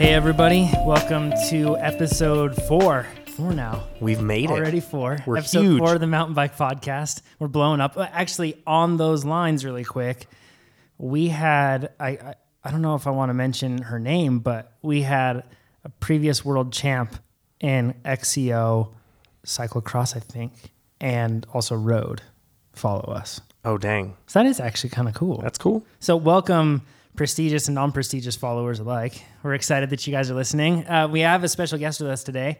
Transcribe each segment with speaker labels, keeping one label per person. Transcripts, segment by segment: Speaker 1: everybody. Welcome to episode four. Four now.
Speaker 2: We've made it.
Speaker 1: Already four.
Speaker 2: We're
Speaker 1: episode
Speaker 2: huge.
Speaker 1: four of the Mountain Bike Podcast. We're blowing up. Uh, Actually, on those lines, really quick, we had, I, I, I don't know if I want to mention her name, but we had a previous world champ in XCO cyclocross, I think, and also road follow us.
Speaker 2: Oh dang,
Speaker 1: So that is actually kind of cool.
Speaker 2: that's cool.
Speaker 1: So, welcome, prestigious and non prestigious followers alike. We're excited that you guys are listening. Uh, we have a special guest with us today,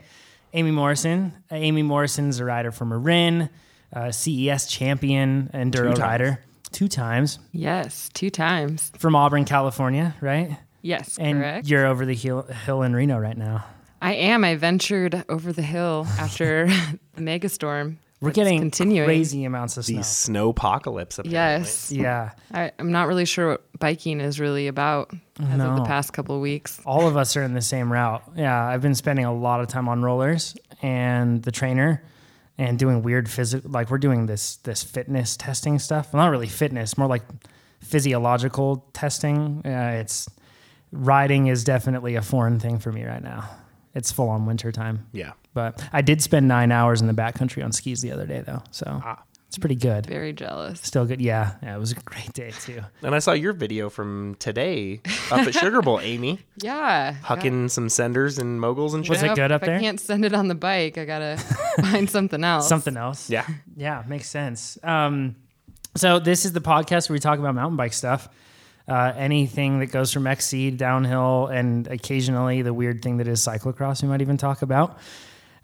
Speaker 1: Amy Morrison. Uh, Amy Morrison's a rider from Marin, uh, CES champion, enduro
Speaker 2: times.
Speaker 1: rider, two times
Speaker 3: Yes, two times.
Speaker 1: from Auburn, California, right?
Speaker 3: Yes,
Speaker 1: And
Speaker 3: correct.
Speaker 1: you're over the hill, hill in Reno right now.
Speaker 3: I am. I ventured over the hill after the megastorm.
Speaker 1: We're
Speaker 3: It's
Speaker 1: getting
Speaker 3: continuing.
Speaker 1: crazy amounts of
Speaker 2: The
Speaker 1: snow.
Speaker 2: snow apocalypse.
Speaker 3: Yes,
Speaker 1: Yeah.
Speaker 3: I, I'm not really sure what biking is really about as of
Speaker 1: No.
Speaker 3: the past couple of weeks.
Speaker 1: all of us are in the same route. Yeah, I've been spending a lot of time on rollers and the trainer and doing weird physical like we're doing this this fitness testing stuff. Well, not really fitness, more like physiological testing. Uh, it's riding is definitely a foreign thing for me right now. It's full on winter time.
Speaker 2: Yeah.
Speaker 1: But I did spend 9 hours in the backcountry on skis the other day though. So it's pretty good.
Speaker 3: Very jealous.
Speaker 1: Still good. Yeah. Yeah, it was a great day too.
Speaker 2: And I saw your video from today up at Sugar Bowl, Amy,
Speaker 3: Yeah.
Speaker 2: hucking some senders and moguls and
Speaker 1: Was
Speaker 2: shit.
Speaker 1: it
Speaker 3: Yep,
Speaker 1: good up
Speaker 3: if
Speaker 1: there?
Speaker 3: I can't send it on the bike. I gotta find something else.
Speaker 1: Something else.
Speaker 2: Yeah.
Speaker 1: Yeah, makes sense. Um, so this is the podcast where we talk about mountain bike stuff, uh, anything that goes from XC downhill, and occasionally the weird thing that is cyclocross. We might even talk about,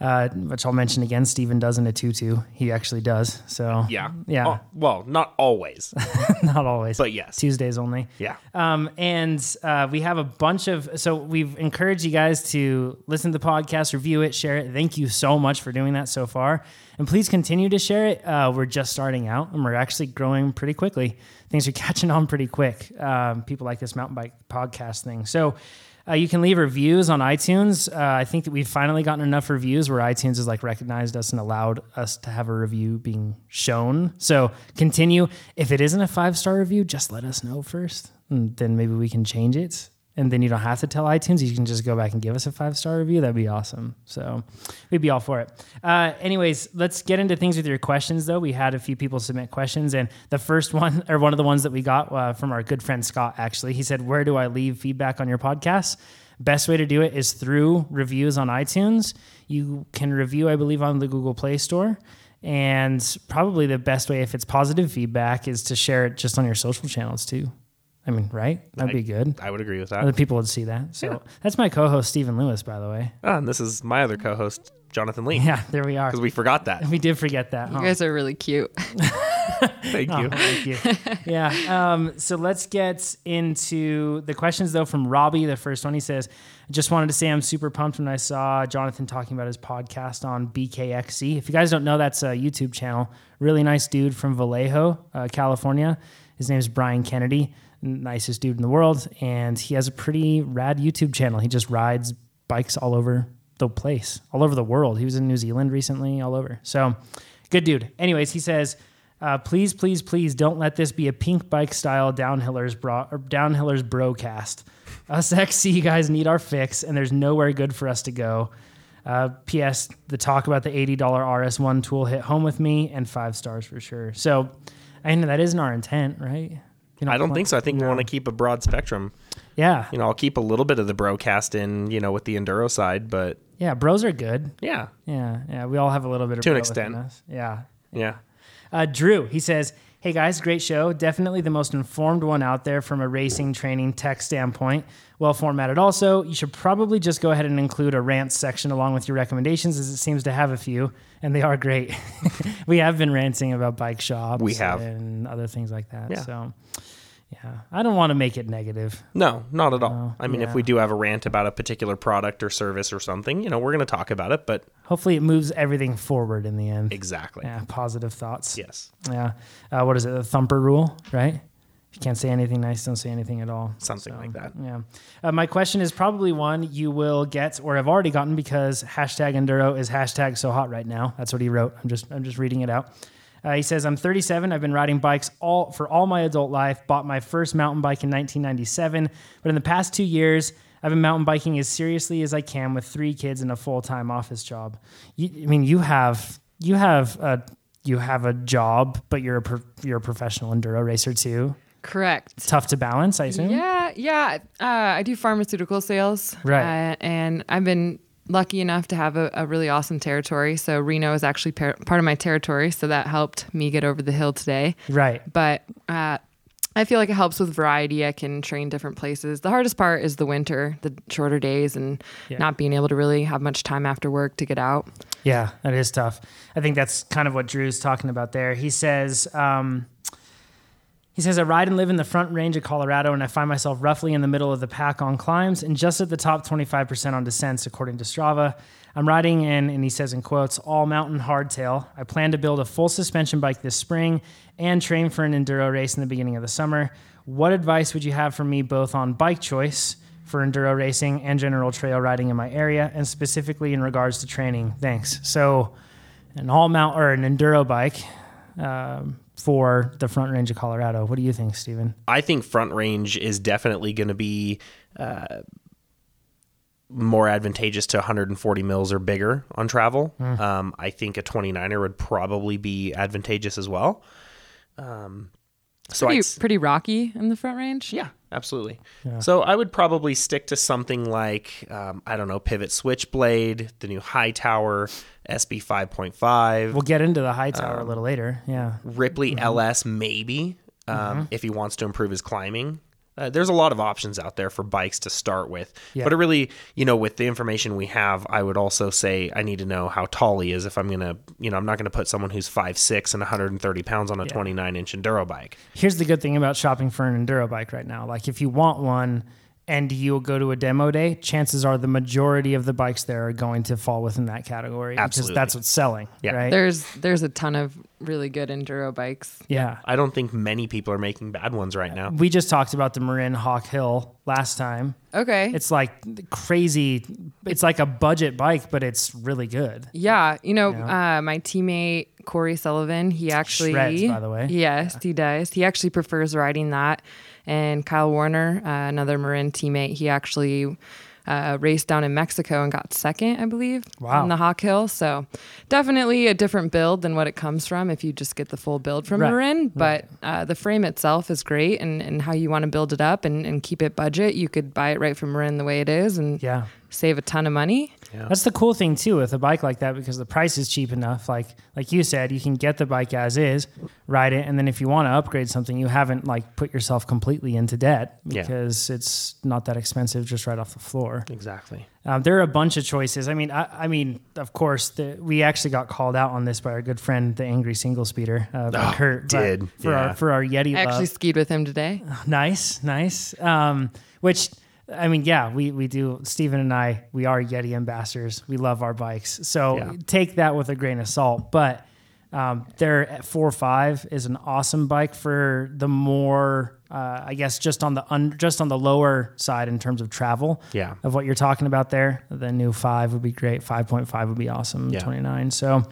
Speaker 1: uh, which I'll mention again. Steven does in a tutu. He actually does. So
Speaker 2: Yeah.
Speaker 1: yeah,
Speaker 2: Oh, well, not always,
Speaker 1: not always,
Speaker 2: but yes.
Speaker 1: Tuesdays only.
Speaker 2: Yeah.
Speaker 1: Um, and uh, we have a bunch of so we've encouraged you guys to listen to the podcast, review it, share it. Thank you so much for doing that so far, and please continue to share it. Uh, we're just starting out, and we're actually growing pretty quickly. Things are catching on pretty quick. Um, people like this mountain bike podcast thing, so. Uh, you can leave reviews on iTunes. Uh, I think that we've finally gotten enough reviews where iTunes has like recognized us and allowed us to have a review being shown. So continue. If it isn't a five star review, just let us know first, and then maybe we can change it. And then you don't have to tell iTunes. You can just go back and give us a five star review. That'd be awesome. So we'd be all for it. Uh, anyways, let's get into things with your questions, though. We had a few people submit questions, and the first one, or one of the ones that we got uh, from our good friend Scott, actually, he said, Where do I leave feedback on your podcast? Best way to do it is through reviews on iTunes. You can review, I believe, on the Google Play Store. And probably the best way, if it's positive feedback, is to share it just on your social channels, too. I mean, right? That'd be good
Speaker 2: I would agree with
Speaker 1: other
Speaker 2: that.
Speaker 1: people would see that. So that's my co-host Stephen Lewis, by the way.
Speaker 2: Ah, and this is my other co-host, Jonathan Lee, because
Speaker 1: Yeah, there we are.
Speaker 2: we forgot that.
Speaker 1: We did forget that.
Speaker 3: You
Speaker 1: huh?
Speaker 3: guys are really cute.
Speaker 2: Thank
Speaker 1: Oh,
Speaker 2: you.
Speaker 1: thank you. yeah. Um, so let's get into the questions though from Robbie. The first one he says, I just wanted to say I'm super pumped when I saw Jonathan talking about his podcast on BKXC. E. If you guys don't know, that's a YouTube channel. Really nice dude from Vallejo, uh, California. His name's Brian Kennedy, nicest dude in the world, and he has a pretty rad YouTube channel. He just rides bikes all over the place, all over the world. He was in New Zealand recently, all over. So good dude. Anyways, he says, uh, please, please, please don't let this be a pink bike style downhillers bro or downhillers broadcast. Us XC guys need our fix, and there's nowhere good for us to go. Uh, P.S. The talk about the $80 RS1 tool hit home with me, and five stars for sure. So, I know that isn't our intent, right? You
Speaker 2: I don't think so. I think we want to keep a broad spectrum.
Speaker 1: Yeah,
Speaker 2: You know, I'll keep a little bit of the broadcast in, you know, with the enduro side, but
Speaker 1: yeah. Bros are good.
Speaker 2: yeah,
Speaker 1: Yeah, yeah. We all have a little bit of
Speaker 2: To an
Speaker 1: bro within
Speaker 2: extent.
Speaker 1: us. Yeah,
Speaker 2: yeah.
Speaker 1: Uh, Drew, he says, Hey guys, great show. Definitely the most informed one out there from a racing training tech standpoint. Well formatted, also. You should probably just go ahead and include a rant section along with your recommendations, as it seems to have a few, and they are great. we have been ranting about bike shops
Speaker 2: We have.
Speaker 1: and other things like that.
Speaker 2: Yeah.
Speaker 1: So, yeah, I don't want to make it negative.
Speaker 2: No, not at all. I mean,
Speaker 1: yeah.
Speaker 2: if we do have a rant about a particular product or service or something, you know, we're going to talk about it, but
Speaker 1: Hopefully, it moves everything forward in the end.
Speaker 2: exactly.
Speaker 1: Yeah, positive thoughts.
Speaker 2: Yes.
Speaker 1: Yeah. Uh, what is it? The thumper rule, right? If you can't say anything nice, don't say anything at all.
Speaker 2: Something like that.
Speaker 1: Yeah. Uh, my question is probably one you will get or have already gotten because hashtag enduro is hashtag so hot right now. That's what he wrote. I'm just I'm just reading it out. Uh, he says, "I'm 37. I've been riding bikes all for all my adult life. Bought my first mountain bike in 1997, but in the past two years, I've I've been mountain biking as seriously as I can with three kids and a full time office job. You, I mean, you have you have a you have a job, but you're a pro, you're a professional enduro racer too.
Speaker 3: Correct.
Speaker 1: Tough to balance, I assume.
Speaker 3: Yeah, yeah. Uh, I do pharmaceutical sales.
Speaker 1: Right.
Speaker 3: Uh, and I've been lucky enough to have a, a really awesome territory. So Reno is actually par- part of my territory. So that helped me get over the hill today.
Speaker 1: Right.
Speaker 3: But uh, I feel like it helps with variety. I can train different places. The hardest part is the winter, the shorter days, and
Speaker 1: Yeah.
Speaker 3: not being able to really have much time after work to get out.
Speaker 1: Yeah, that is tough. I think that's kind of what Drew's talking about there. He says, um, he says, I ride and live in the front range of Colorado, and I find myself roughly in the middle of the pack on climbs and just at the top 25% on descents, according to Strava. I'm riding in, and he says in quotes, all mountain hardtail. I plan to build a full suspension bike this spring and train for an enduro race in the beginning of the summer. What advice would you have for me both on bike choice for enduro racing and general trail riding in my area, and specifically in regards to training? Thanks. So, an all mount or an enduro bike um, for the front range of Colorado. What do you think, Steven?
Speaker 2: I think front range is definitely going to be uh, more advantageous to 140 mils or bigger on travel.
Speaker 1: Mm.
Speaker 2: Um, I think a 29er would probably be advantageous as well. Um, so I'd,
Speaker 3: Pretty,
Speaker 2: s-
Speaker 3: pretty rocky in the front range.
Speaker 2: yeah, absolutely. So I would probably stick to something like um, I don't know, Pivot Switchblade, the new High Tower, SB 5.5.
Speaker 1: We'll mm-hmm. get into the high tower
Speaker 2: Um,
Speaker 1: a little later. Yeah.
Speaker 2: Ripley LS maybe um,
Speaker 1: Mm-hmm.
Speaker 2: if he wants to improve his climbing. Uh, there's a lot of options out there for bikes to start with,
Speaker 1: Yeah.
Speaker 2: but it really, you know, with the information we have, I would also say I need to know how tall he is if I'm gonna, you know, I'm not gonna put someone who's five six and 130 pounds on a 29 inch enduro bike.
Speaker 1: Here's the good thing about shopping for an enduro bike right now. Like, if you want one and you'll go to a demo day, chances are the majority of the bikes there are going to fall within that category because
Speaker 2: Absolutely.
Speaker 1: that's what's selling.
Speaker 2: Yeah.
Speaker 1: Right.
Speaker 3: There's there's a ton of really good enduro bikes.
Speaker 1: yeah.
Speaker 2: I don't think many people are making bad ones right now.
Speaker 1: We just talked about the Marin Hawk Hill last time.
Speaker 3: Okay.
Speaker 1: It's like crazy. It's like a budget bike, but it's really good.
Speaker 3: Yeah, you know, Uh, my teammate Corey Sullivan, he actually
Speaker 1: Shreds, by the way.
Speaker 3: Yes, he does. He actually prefers riding that. And Kyle Warner, uh, another Marin teammate, he actually uh, raced down in Mexico and got second, I believe,
Speaker 1: Wow.
Speaker 3: on the Hawk Hill. So definitely a different build than what it comes from if you just get the full build from
Speaker 1: Right.
Speaker 3: Marin. But uh, the frame itself is great, and, and how you want to build it up and, and keep it budget, you could buy it right from Marin the way it is and
Speaker 1: Yeah.
Speaker 3: save a ton of money.
Speaker 1: That's the cool thing too with a bike like that because the price is cheap enough. Like like you said, you can get the bike as is, ride it, and then if you want to upgrade something, you haven't like put yourself completely into debt
Speaker 2: Yeah.
Speaker 1: because it's not that expensive just right off the floor.
Speaker 2: Exactly.
Speaker 1: Um, there are a bunch of choices. I mean, I, I mean, of course, the, we actually got called out on this by our good friend, the Angry Single Speeder, uh, by
Speaker 2: Oh,
Speaker 1: Kurt. but
Speaker 2: did.
Speaker 1: for
Speaker 2: Yeah.
Speaker 1: our for our Yeti
Speaker 3: I
Speaker 1: love.
Speaker 3: actually skied with him today.
Speaker 1: Nice, nice. Um, which I mean, yeah, we we do. Steven and I, we are Yeti ambassadors. We love our bikes, so
Speaker 2: Yeah.
Speaker 1: take that with a grain of salt. But um, their at four five is an awesome bike for the more, uh, I guess, just on the un, just on the lower side in terms of travel.
Speaker 2: Yeah.
Speaker 1: of what you're talking about there, the new five would be great. Five point five would be awesome.
Speaker 2: Yeah.
Speaker 1: Twenty nine. So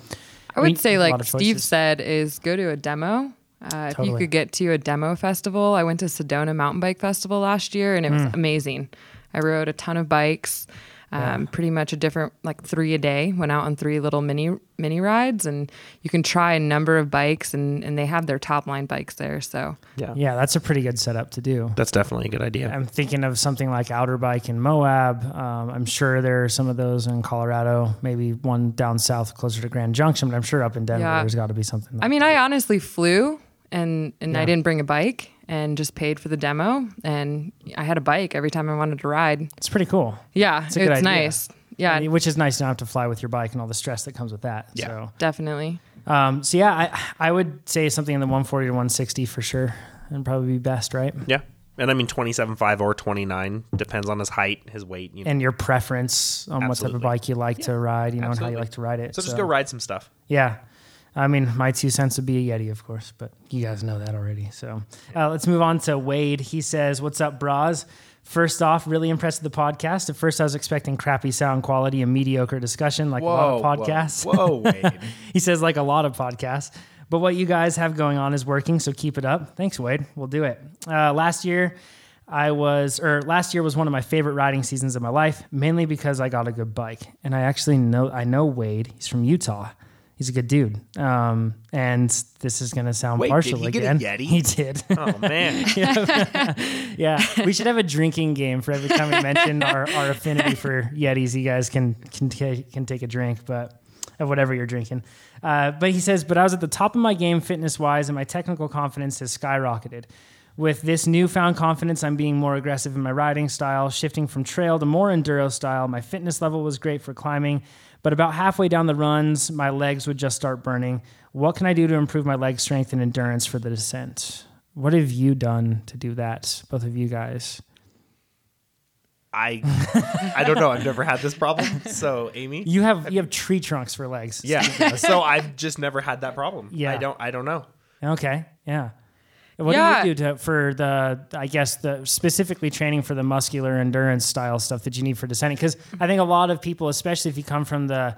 Speaker 3: I
Speaker 1: mean,
Speaker 3: would say,
Speaker 1: a lot
Speaker 3: like
Speaker 1: of
Speaker 3: Steve
Speaker 1: choices.
Speaker 3: said, is go to a demo. Uh, If you
Speaker 1: Totally.
Speaker 3: could get to a demo festival, I went to Sedona Mountain Bike Festival last year, and it was
Speaker 1: Hmm.
Speaker 3: amazing. I rode a ton of bikes, um, pretty much a different like three a day. Went out on three little mini mini rides, and you can try a number of bikes, and and they have their top line bikes there. So
Speaker 2: Yeah.
Speaker 1: yeah, that's a pretty good setup to do.
Speaker 2: That's definitely a good idea.
Speaker 1: I'm thinking of something like Outer Bike in Moab. Um, I'm sure there are some of those in Colorado, maybe one down south closer to Grand Junction, but I'm sure up in Denver
Speaker 3: Yeah.
Speaker 1: there's got to be something.
Speaker 3: I mean, I honestly flew and and
Speaker 1: Yeah.
Speaker 3: I didn't bring a bike and just paid for the demo, and I had a bike every time I wanted to ride.
Speaker 1: it's pretty cool,
Speaker 3: Yeah,
Speaker 1: It's
Speaker 3: it's,
Speaker 1: a good idea.
Speaker 3: nice. Yeah,
Speaker 1: I mean, which is nice to not have to fly with your bike and all the stress that comes with that.
Speaker 2: Yeah.
Speaker 3: definitely.
Speaker 1: So, um, so yeah, I, I would say something in the 140 to 160 for sure, and probably be best, right?
Speaker 2: Yeah. And I mean 27.5 or 29 depends on his height, his weight. You know.
Speaker 1: And your preference on what type of
Speaker 2: Absolutely.
Speaker 1: bike you like to ride, you know, and how
Speaker 2: Absolutely.
Speaker 1: you like to ride it.
Speaker 2: so just go ride some stuff.
Speaker 1: Yeah. I mean, my two cents would be a Yeti, of course, but you guys know that already. So uh, let's move on to Wade. He says, What's up, bras? First off, really impressed with the podcast. At first, I was expecting crappy sound quality and mediocre discussion, like a lot of podcasts.
Speaker 2: Whoa, Wade.
Speaker 1: he says, like a lot of podcasts. But what you guys have going on is working, so keep it up. Thanks, Wade. We'll do it. Uh, last year, I was, or last year was one of my favorite riding seasons of my life, mainly because I got a good bike. And I actually know, I know Wade. He's from Utah. He's a good dude. Um, and this is going to sound
Speaker 2: Wait, did
Speaker 1: partial
Speaker 2: he get a
Speaker 1: again.
Speaker 2: Yeti?
Speaker 1: He did.
Speaker 2: Oh man,
Speaker 1: yeah. We should have a drinking game for every time we mention our, our affinity for Yetis. You guys can, can, ta- can take a drink, but of whatever you're drinking. Uh, but he says, but I was at the top of my game fitness wise, and my technical confidence has skyrocketed. With this newfound confidence, I'm being more aggressive in my riding style, shifting from trail to more enduro style. My fitness level was great for climbing, but about halfway down the runs, my legs would just start burning. What can I do to improve my leg strength and endurance for the descent? What have you done to do that, both of you guys?
Speaker 2: I I don't know. I've never had this problem. So Amy,
Speaker 1: You have you have tree trunks for legs.
Speaker 2: yeah. So I've just never had that problem.
Speaker 1: Yeah.
Speaker 2: I don't. I don't know.
Speaker 1: Okay. Yeah. What
Speaker 3: Yeah.
Speaker 1: do you do to, for the, I guess, the specifically training for the muscular endurance style stuff that you need for descending? Because I think a lot of people, especially if you come from the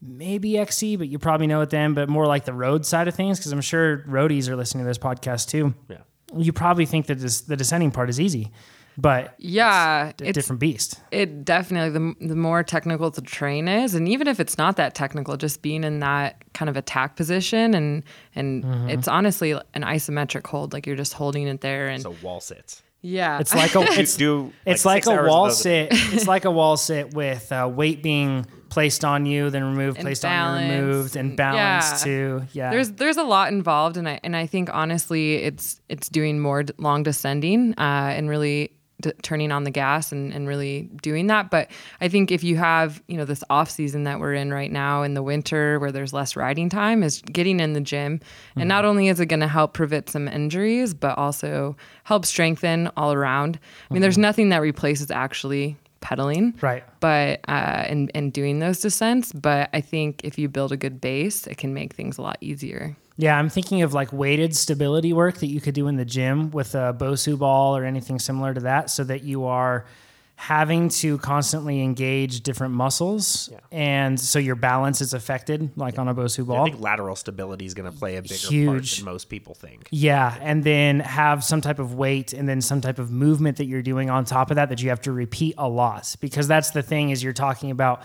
Speaker 1: maybe XC, but you probably know it then, but more like the road side of things, because I'm sure roadies are listening to this podcast too.
Speaker 2: Yeah.
Speaker 1: You probably think that this, the descending part is easy, but
Speaker 3: Yeah,
Speaker 1: a different beast.
Speaker 3: it definitely the, the more technical the train is and even if it's not that technical just being in that kind of attack position and and it's honestly an isometric hold like you're just holding it there and
Speaker 2: So wall sits.
Speaker 3: yeah
Speaker 1: It's like a, it's,
Speaker 2: do
Speaker 1: It's like,
Speaker 2: like six hours
Speaker 1: a
Speaker 2: of
Speaker 1: wall
Speaker 2: those.
Speaker 1: sit. It's like a wall sit with uh, weight being placed on you, then removed,
Speaker 3: And
Speaker 1: placed on you,
Speaker 3: balance,
Speaker 1: removed, and
Speaker 3: and-
Speaker 1: balanced
Speaker 3: yeah.
Speaker 1: too. Yeah,
Speaker 3: There's there's a lot involved, and I and I think honestly, it's it's doing more d- long descending uh, and really d- turning on the gas and, and really doing that. But I think if you have you know this off season that we're in right now in the winter where there's less riding time, is getting in the gym, and
Speaker 1: Mm-hmm.
Speaker 3: not only is it going to help prevent some injuries, but also help strengthen all around. I mean, there's nothing that replaces actually pedaling
Speaker 1: Mm-hmm. right.
Speaker 3: but uh, and and doing those descents. But I think if you build a good base, it can make things a lot easier.
Speaker 1: Yeah, I'm thinking of like weighted stability work that you could do in the gym with a Bosu ball or anything similar to that, so that you are having to constantly engage different muscles, and so your balance is affected, like on a Bosu
Speaker 2: I
Speaker 1: ball.
Speaker 2: think lateral stability is going to play a bigger part
Speaker 1: Huge.
Speaker 2: than most people think.
Speaker 1: Yeah, and then have some type of weight and then some type of movement that you're doing on top of that that you have to repeat a lot because that's the thing is you're talking about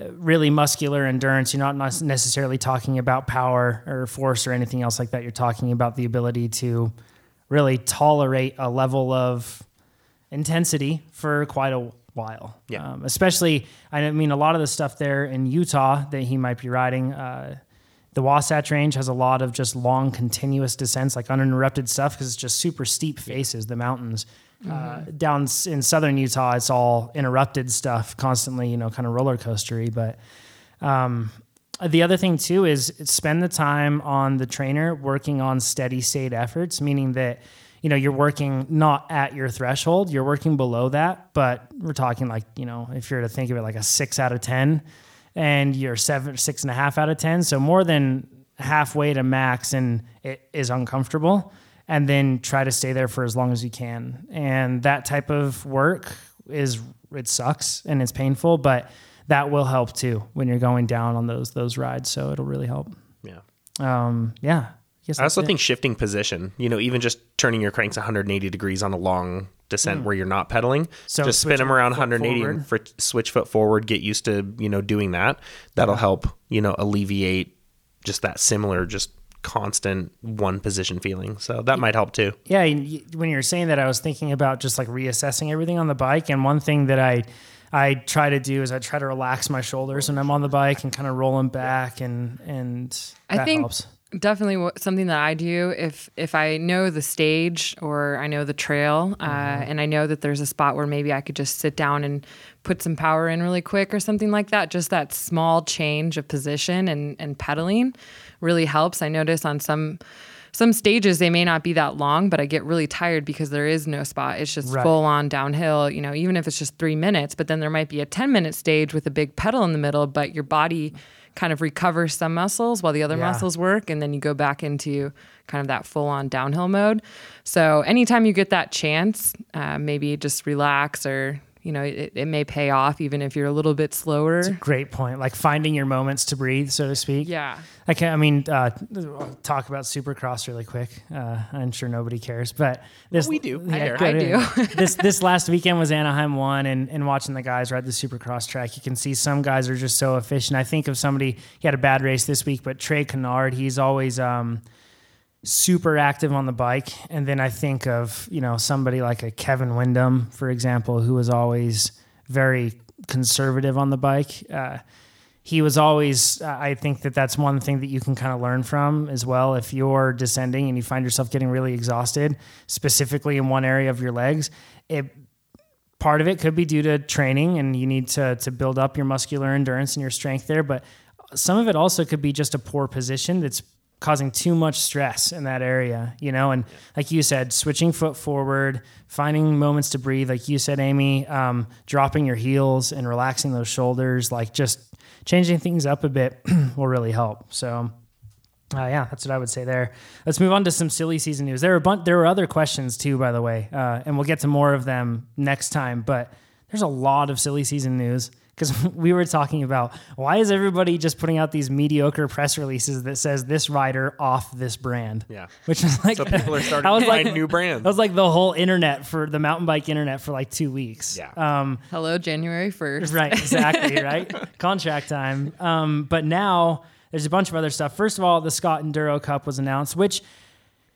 Speaker 1: uh, really muscular endurance. You're not nes- necessarily talking about power or force or anything else like that. You're talking about the ability to really tolerate a level of intensity for quite a while.
Speaker 2: Yeah.
Speaker 1: Um, especially, I mean, a lot of the stuff there in Utah that he might be riding, uh, the Wasatch Range has a lot of just long, continuous descents, like uninterrupted stuff, because it's just super steep faces, the mountains. Uh, down s- in southern Utah, it's all interrupted stuff constantly, you know, kind of roller coastery. But the other thing too is spend the time on the trainer working on steady state efforts, meaning that you know you're working not at your threshold, you're working below that. But we're talking like you know if you're to think of it like a six out of ten, and you're seven six and a half out of ten, so more than halfway to max, and it is uncomfortable. And then try to stay there for as long as you can. And that type of work is it sucks and it's painful, but that will help too when you're going down on those those rides. So it'll really help.
Speaker 2: Yeah.
Speaker 1: Um, yeah. Guess
Speaker 2: I
Speaker 1: that's
Speaker 2: also
Speaker 1: it.
Speaker 2: think shifting position, you know, even just turning your cranks 180 degrees on a long descent where you're not pedaling,
Speaker 1: Mm. So
Speaker 2: just
Speaker 1: switch
Speaker 2: spin them around
Speaker 1: foot
Speaker 2: 180 and fr- switch foot forward, get used to, you know, doing that. That'll help, you know, alleviate just that similar, just constant one position feeling. So that might help too.
Speaker 1: yeah. and y- When you were saying that, I was thinking about just like reassessing everything on the bike. And one thing that I I try to do is I try to relax my shoulders when I'm on the bike and kind of roll them back and and that
Speaker 3: I think
Speaker 1: helps.
Speaker 3: definitely what, something that I do if if I know the stage or I know the trail uh,
Speaker 1: Mm-hmm.
Speaker 3: and I know that there's a spot where maybe I could just sit down and put some power in really quick or something like that. Just that small change of position and and pedaling really helps. I notice on some. Some stages they may not be that long, but I get really tired because there is no spot. It's just
Speaker 1: Right.
Speaker 3: full on downhill, you know, even if it's just three minutes, but then there might be a 10 minute stage with a big pedal in the middle, but your body kind of recovers some muscles while the other
Speaker 1: Yeah.
Speaker 3: muscles work. And then you go back into kind of that full on downhill mode. So anytime you get that chance, uh, maybe just relax or, you know, it, it may pay off even if you're a little bit slower.
Speaker 1: Great point. Like finding your moments to breathe, so to speak.
Speaker 3: Yeah.
Speaker 1: I can I mean, uh, talk about Supercross really quick. Uh, I'm sure nobody cares, but this
Speaker 2: We do. I
Speaker 1: Yeah,
Speaker 2: do.
Speaker 1: good,
Speaker 3: I
Speaker 1: yeah. this this last weekend was Anaheim one, and and watching the guys ride the Supercross track, you can see some guys are just so efficient. I think of somebody he had a bad race this week, but Trey Kennard, he's always. Um, super active on the bike. And then I think of, you know, somebody like a Kevin Windham, for example, who was always very conservative on the bike. Uh, he was always, uh, I think that that's one thing that you can kind of learn from as well. If you're descending and you find yourself getting really exhausted, specifically in one area of your legs, it, part of it could be due to training and you need to to build up your muscular endurance and your strength there but some of it also could be just a poor position that's causing too much stress in that area you know and like you said switching foot forward finding moments to breathe like you said amy um, dropping your heels and relaxing those shoulders like just changing things up a bit will really help so uh, yeah, that's what I would say there. Let's move on to some silly season news. There are a bunch. There are other questions too, by the way, uh, and we'll get to more of them next time. But there's a lot of silly season news because we were talking about why is everybody just putting out these mediocre press releases that says this rider off this brand?
Speaker 2: Yeah.
Speaker 1: which is like
Speaker 2: So people are starting
Speaker 1: I was
Speaker 2: to
Speaker 1: like-
Speaker 2: find new brands.
Speaker 1: that was like the whole internet for the mountain bike internet for like two weeks.
Speaker 2: Yeah.
Speaker 1: Um,
Speaker 3: Hello, January 1st.
Speaker 1: Right, exactly, right? Contract time. Um, but now there's a bunch of other stuff. First of all, the Scott Enduro Cup was announced, which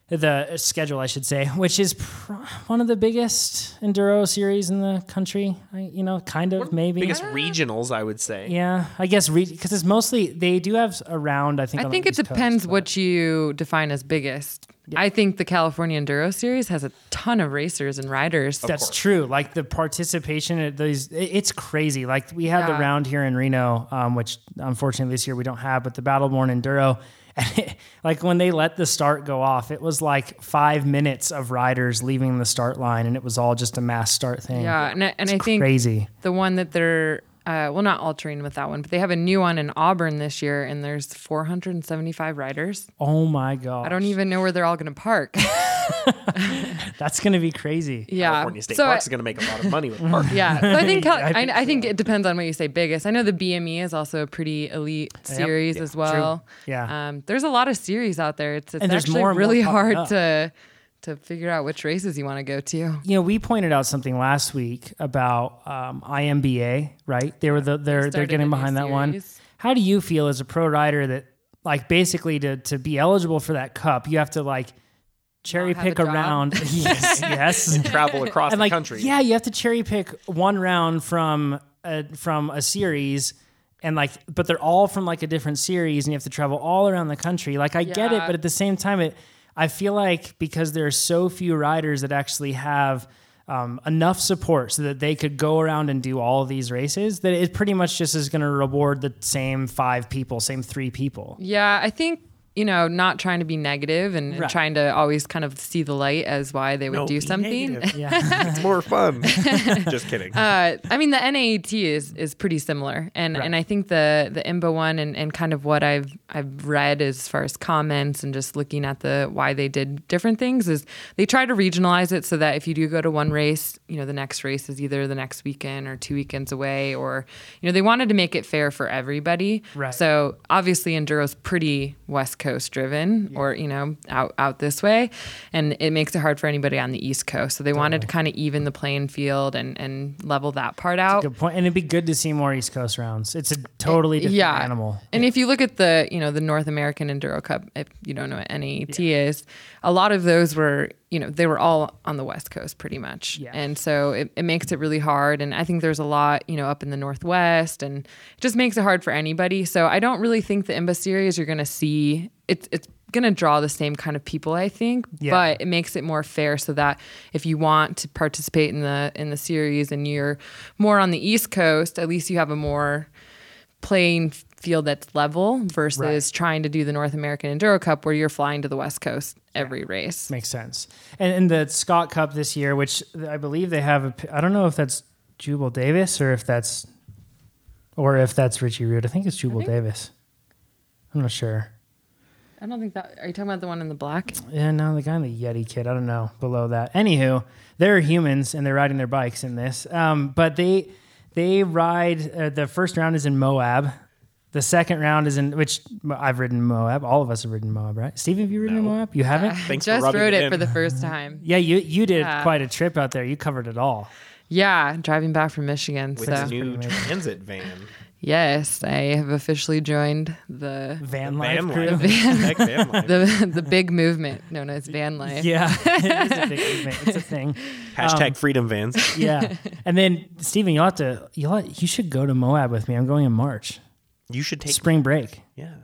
Speaker 1: the uh, schedule, I should say, which is pr- one of the biggest enduro series in the country. I, you know, kind of maybe.
Speaker 2: Biggest regionals, I would say.
Speaker 1: yeah, I guess because it's mostly they do have around. I think.
Speaker 3: I
Speaker 1: on the
Speaker 3: think it
Speaker 1: East Coast,
Speaker 3: depends
Speaker 1: but-
Speaker 3: what you define as biggest. I think the California Enduro Series has a ton of racers and riders.
Speaker 1: That's true. Like the participation at these, it- it's crazy. Like we had the
Speaker 3: Yeah.
Speaker 1: round here in Reno, um, which unfortunately this year we don't have, but the Battleborn Enduro. And it, like when they let the start go off, it was like five minutes of riders leaving the start line, and it was all just a mass start thing.
Speaker 3: Yeah, and I, and I think
Speaker 1: crazy.
Speaker 3: the one that they're uh, well, not altering with that one, but they have a new one in Auburn this year, and there's 475 riders.
Speaker 1: Oh my god,
Speaker 3: I don't even know where they're all going to park.
Speaker 1: That's gonna be crazy.
Speaker 3: yeah,
Speaker 2: California State
Speaker 3: so I-
Speaker 2: Parks is going to make a lot of money with park.
Speaker 3: yeah, so I think Cal- I,
Speaker 1: I think
Speaker 3: I, think it depends on what you say biggest. I know the BME is also a pretty elite series as well.
Speaker 1: Yeah.
Speaker 3: um, there's a lot of series out there. It's, it's
Speaker 1: And there's
Speaker 3: actually
Speaker 1: more and more
Speaker 3: really
Speaker 1: popping
Speaker 3: hard
Speaker 1: up.
Speaker 3: to to figure out which races you want to go to.
Speaker 1: you know, we pointed out something last week about um, IMBA, right? They were the, they're they're
Speaker 3: started
Speaker 1: getting
Speaker 3: a new
Speaker 1: behind that one.
Speaker 3: series.
Speaker 1: How do you feel as a pro rider that like basically to to be eligible for that cup, you have to like cherry
Speaker 3: Not have
Speaker 1: pick
Speaker 3: a
Speaker 1: a
Speaker 3: job.
Speaker 1: round? yes, yes.
Speaker 2: Travel across
Speaker 1: And
Speaker 2: the
Speaker 1: like
Speaker 2: country.
Speaker 1: yeah, you have to cherry pick one round from a, from a series. And like, but they're all from like a different series, and you have to travel all around the country. Like, I get it,
Speaker 3: Yeah.
Speaker 1: but at the same time, it I feel like because there are so few riders that actually have um, enough support so that they could go around and do all of these races, that it pretty much just is going to reward the same five people, same three people.
Speaker 3: Yeah, I think you know, not trying to be negative and, and
Speaker 1: Right.
Speaker 3: trying to always kind of see the light as why they would
Speaker 2: No, be
Speaker 3: do something.
Speaker 2: negative.
Speaker 1: Yeah,
Speaker 2: it's more fun. Just kidding.
Speaker 3: Uh, I mean, the NAET is is pretty similar, and and I think the the IMBA one and, and kind of what I've I've read as far as comments and just looking at the why they did different things is they try to regionalize it so that if you do go to one race, you know the next race is either the next weekend or two weekends away, or you know they wanted to make it fair for everybody.
Speaker 1: Right.
Speaker 3: So obviously enduro's pretty West Coast driven, or you know out out this way, and it makes it hard for anybody on the East Coast. So they wanted to kind of even the playing field and and level that part out.
Speaker 1: good point. And it'd be good to see more East Coast rounds. It's a totally different animal.
Speaker 3: And if you look at the, you know, the North American Enduro Cup, if you don't know what NET is, a lot of those were, you know, they were all on the West Coast pretty much.
Speaker 1: Yeah.
Speaker 3: And so it, it makes it really hard. And I think there's a lot, you know, up in the Northwest and it just makes it hard for anybody. So I don't really think the IMBA series you're going to see, it's, it's, going to draw the same kind of people I think
Speaker 1: Yeah.
Speaker 3: but it makes it more fair so that if you want to participate in the in the series and you're more on the east coast at least you have a more playing field that's level versus
Speaker 1: Right.
Speaker 3: trying to do the North American Enduro Cup where you're flying to the West Coast every race.
Speaker 1: Makes sense. And, and the Scott Cup this year, which I believe they have, a, p- I don't know if that's Jubal Davis or if that's, or if that's Richie Root. I think it's Jubal Davis. I'm not sure.
Speaker 3: I don't think that. Are you talking about the one in the black?
Speaker 1: Yeah, no, the guy in the Yeti kid. I don't know below that. Anywho, they're humans and they're riding their bikes in this. Um, but they they ride. Uh, the first round is in Moab. The second round is in which I've ridden Moab. All of us have ridden Moab, right? Steve, have you ridden
Speaker 2: No.
Speaker 1: Moab? You haven't.
Speaker 2: Thanks for
Speaker 3: Just
Speaker 2: rubbing
Speaker 3: rode
Speaker 2: it
Speaker 3: it
Speaker 2: in.
Speaker 3: for the first time.
Speaker 1: yeah, you you did
Speaker 3: Yeah.
Speaker 1: quite a trip out there. You covered it all.
Speaker 3: Yeah, driving back from Michigan.
Speaker 2: with
Speaker 3: so
Speaker 2: the new
Speaker 1: amazing.
Speaker 2: transit van.
Speaker 3: yes, I have officially joined the
Speaker 1: Van
Speaker 2: The
Speaker 1: life
Speaker 2: van
Speaker 1: crew.
Speaker 2: life. Heck, van life.
Speaker 3: the the big movement known as van life.
Speaker 1: Yeah, it is a big event. It's a thing.
Speaker 2: Hashtag freedom vans.
Speaker 1: Yeah, and then Steven, you will have to you will you should go to Moab with me. I'm going in March,
Speaker 2: You should take.
Speaker 1: spring break.
Speaker 2: Yeah.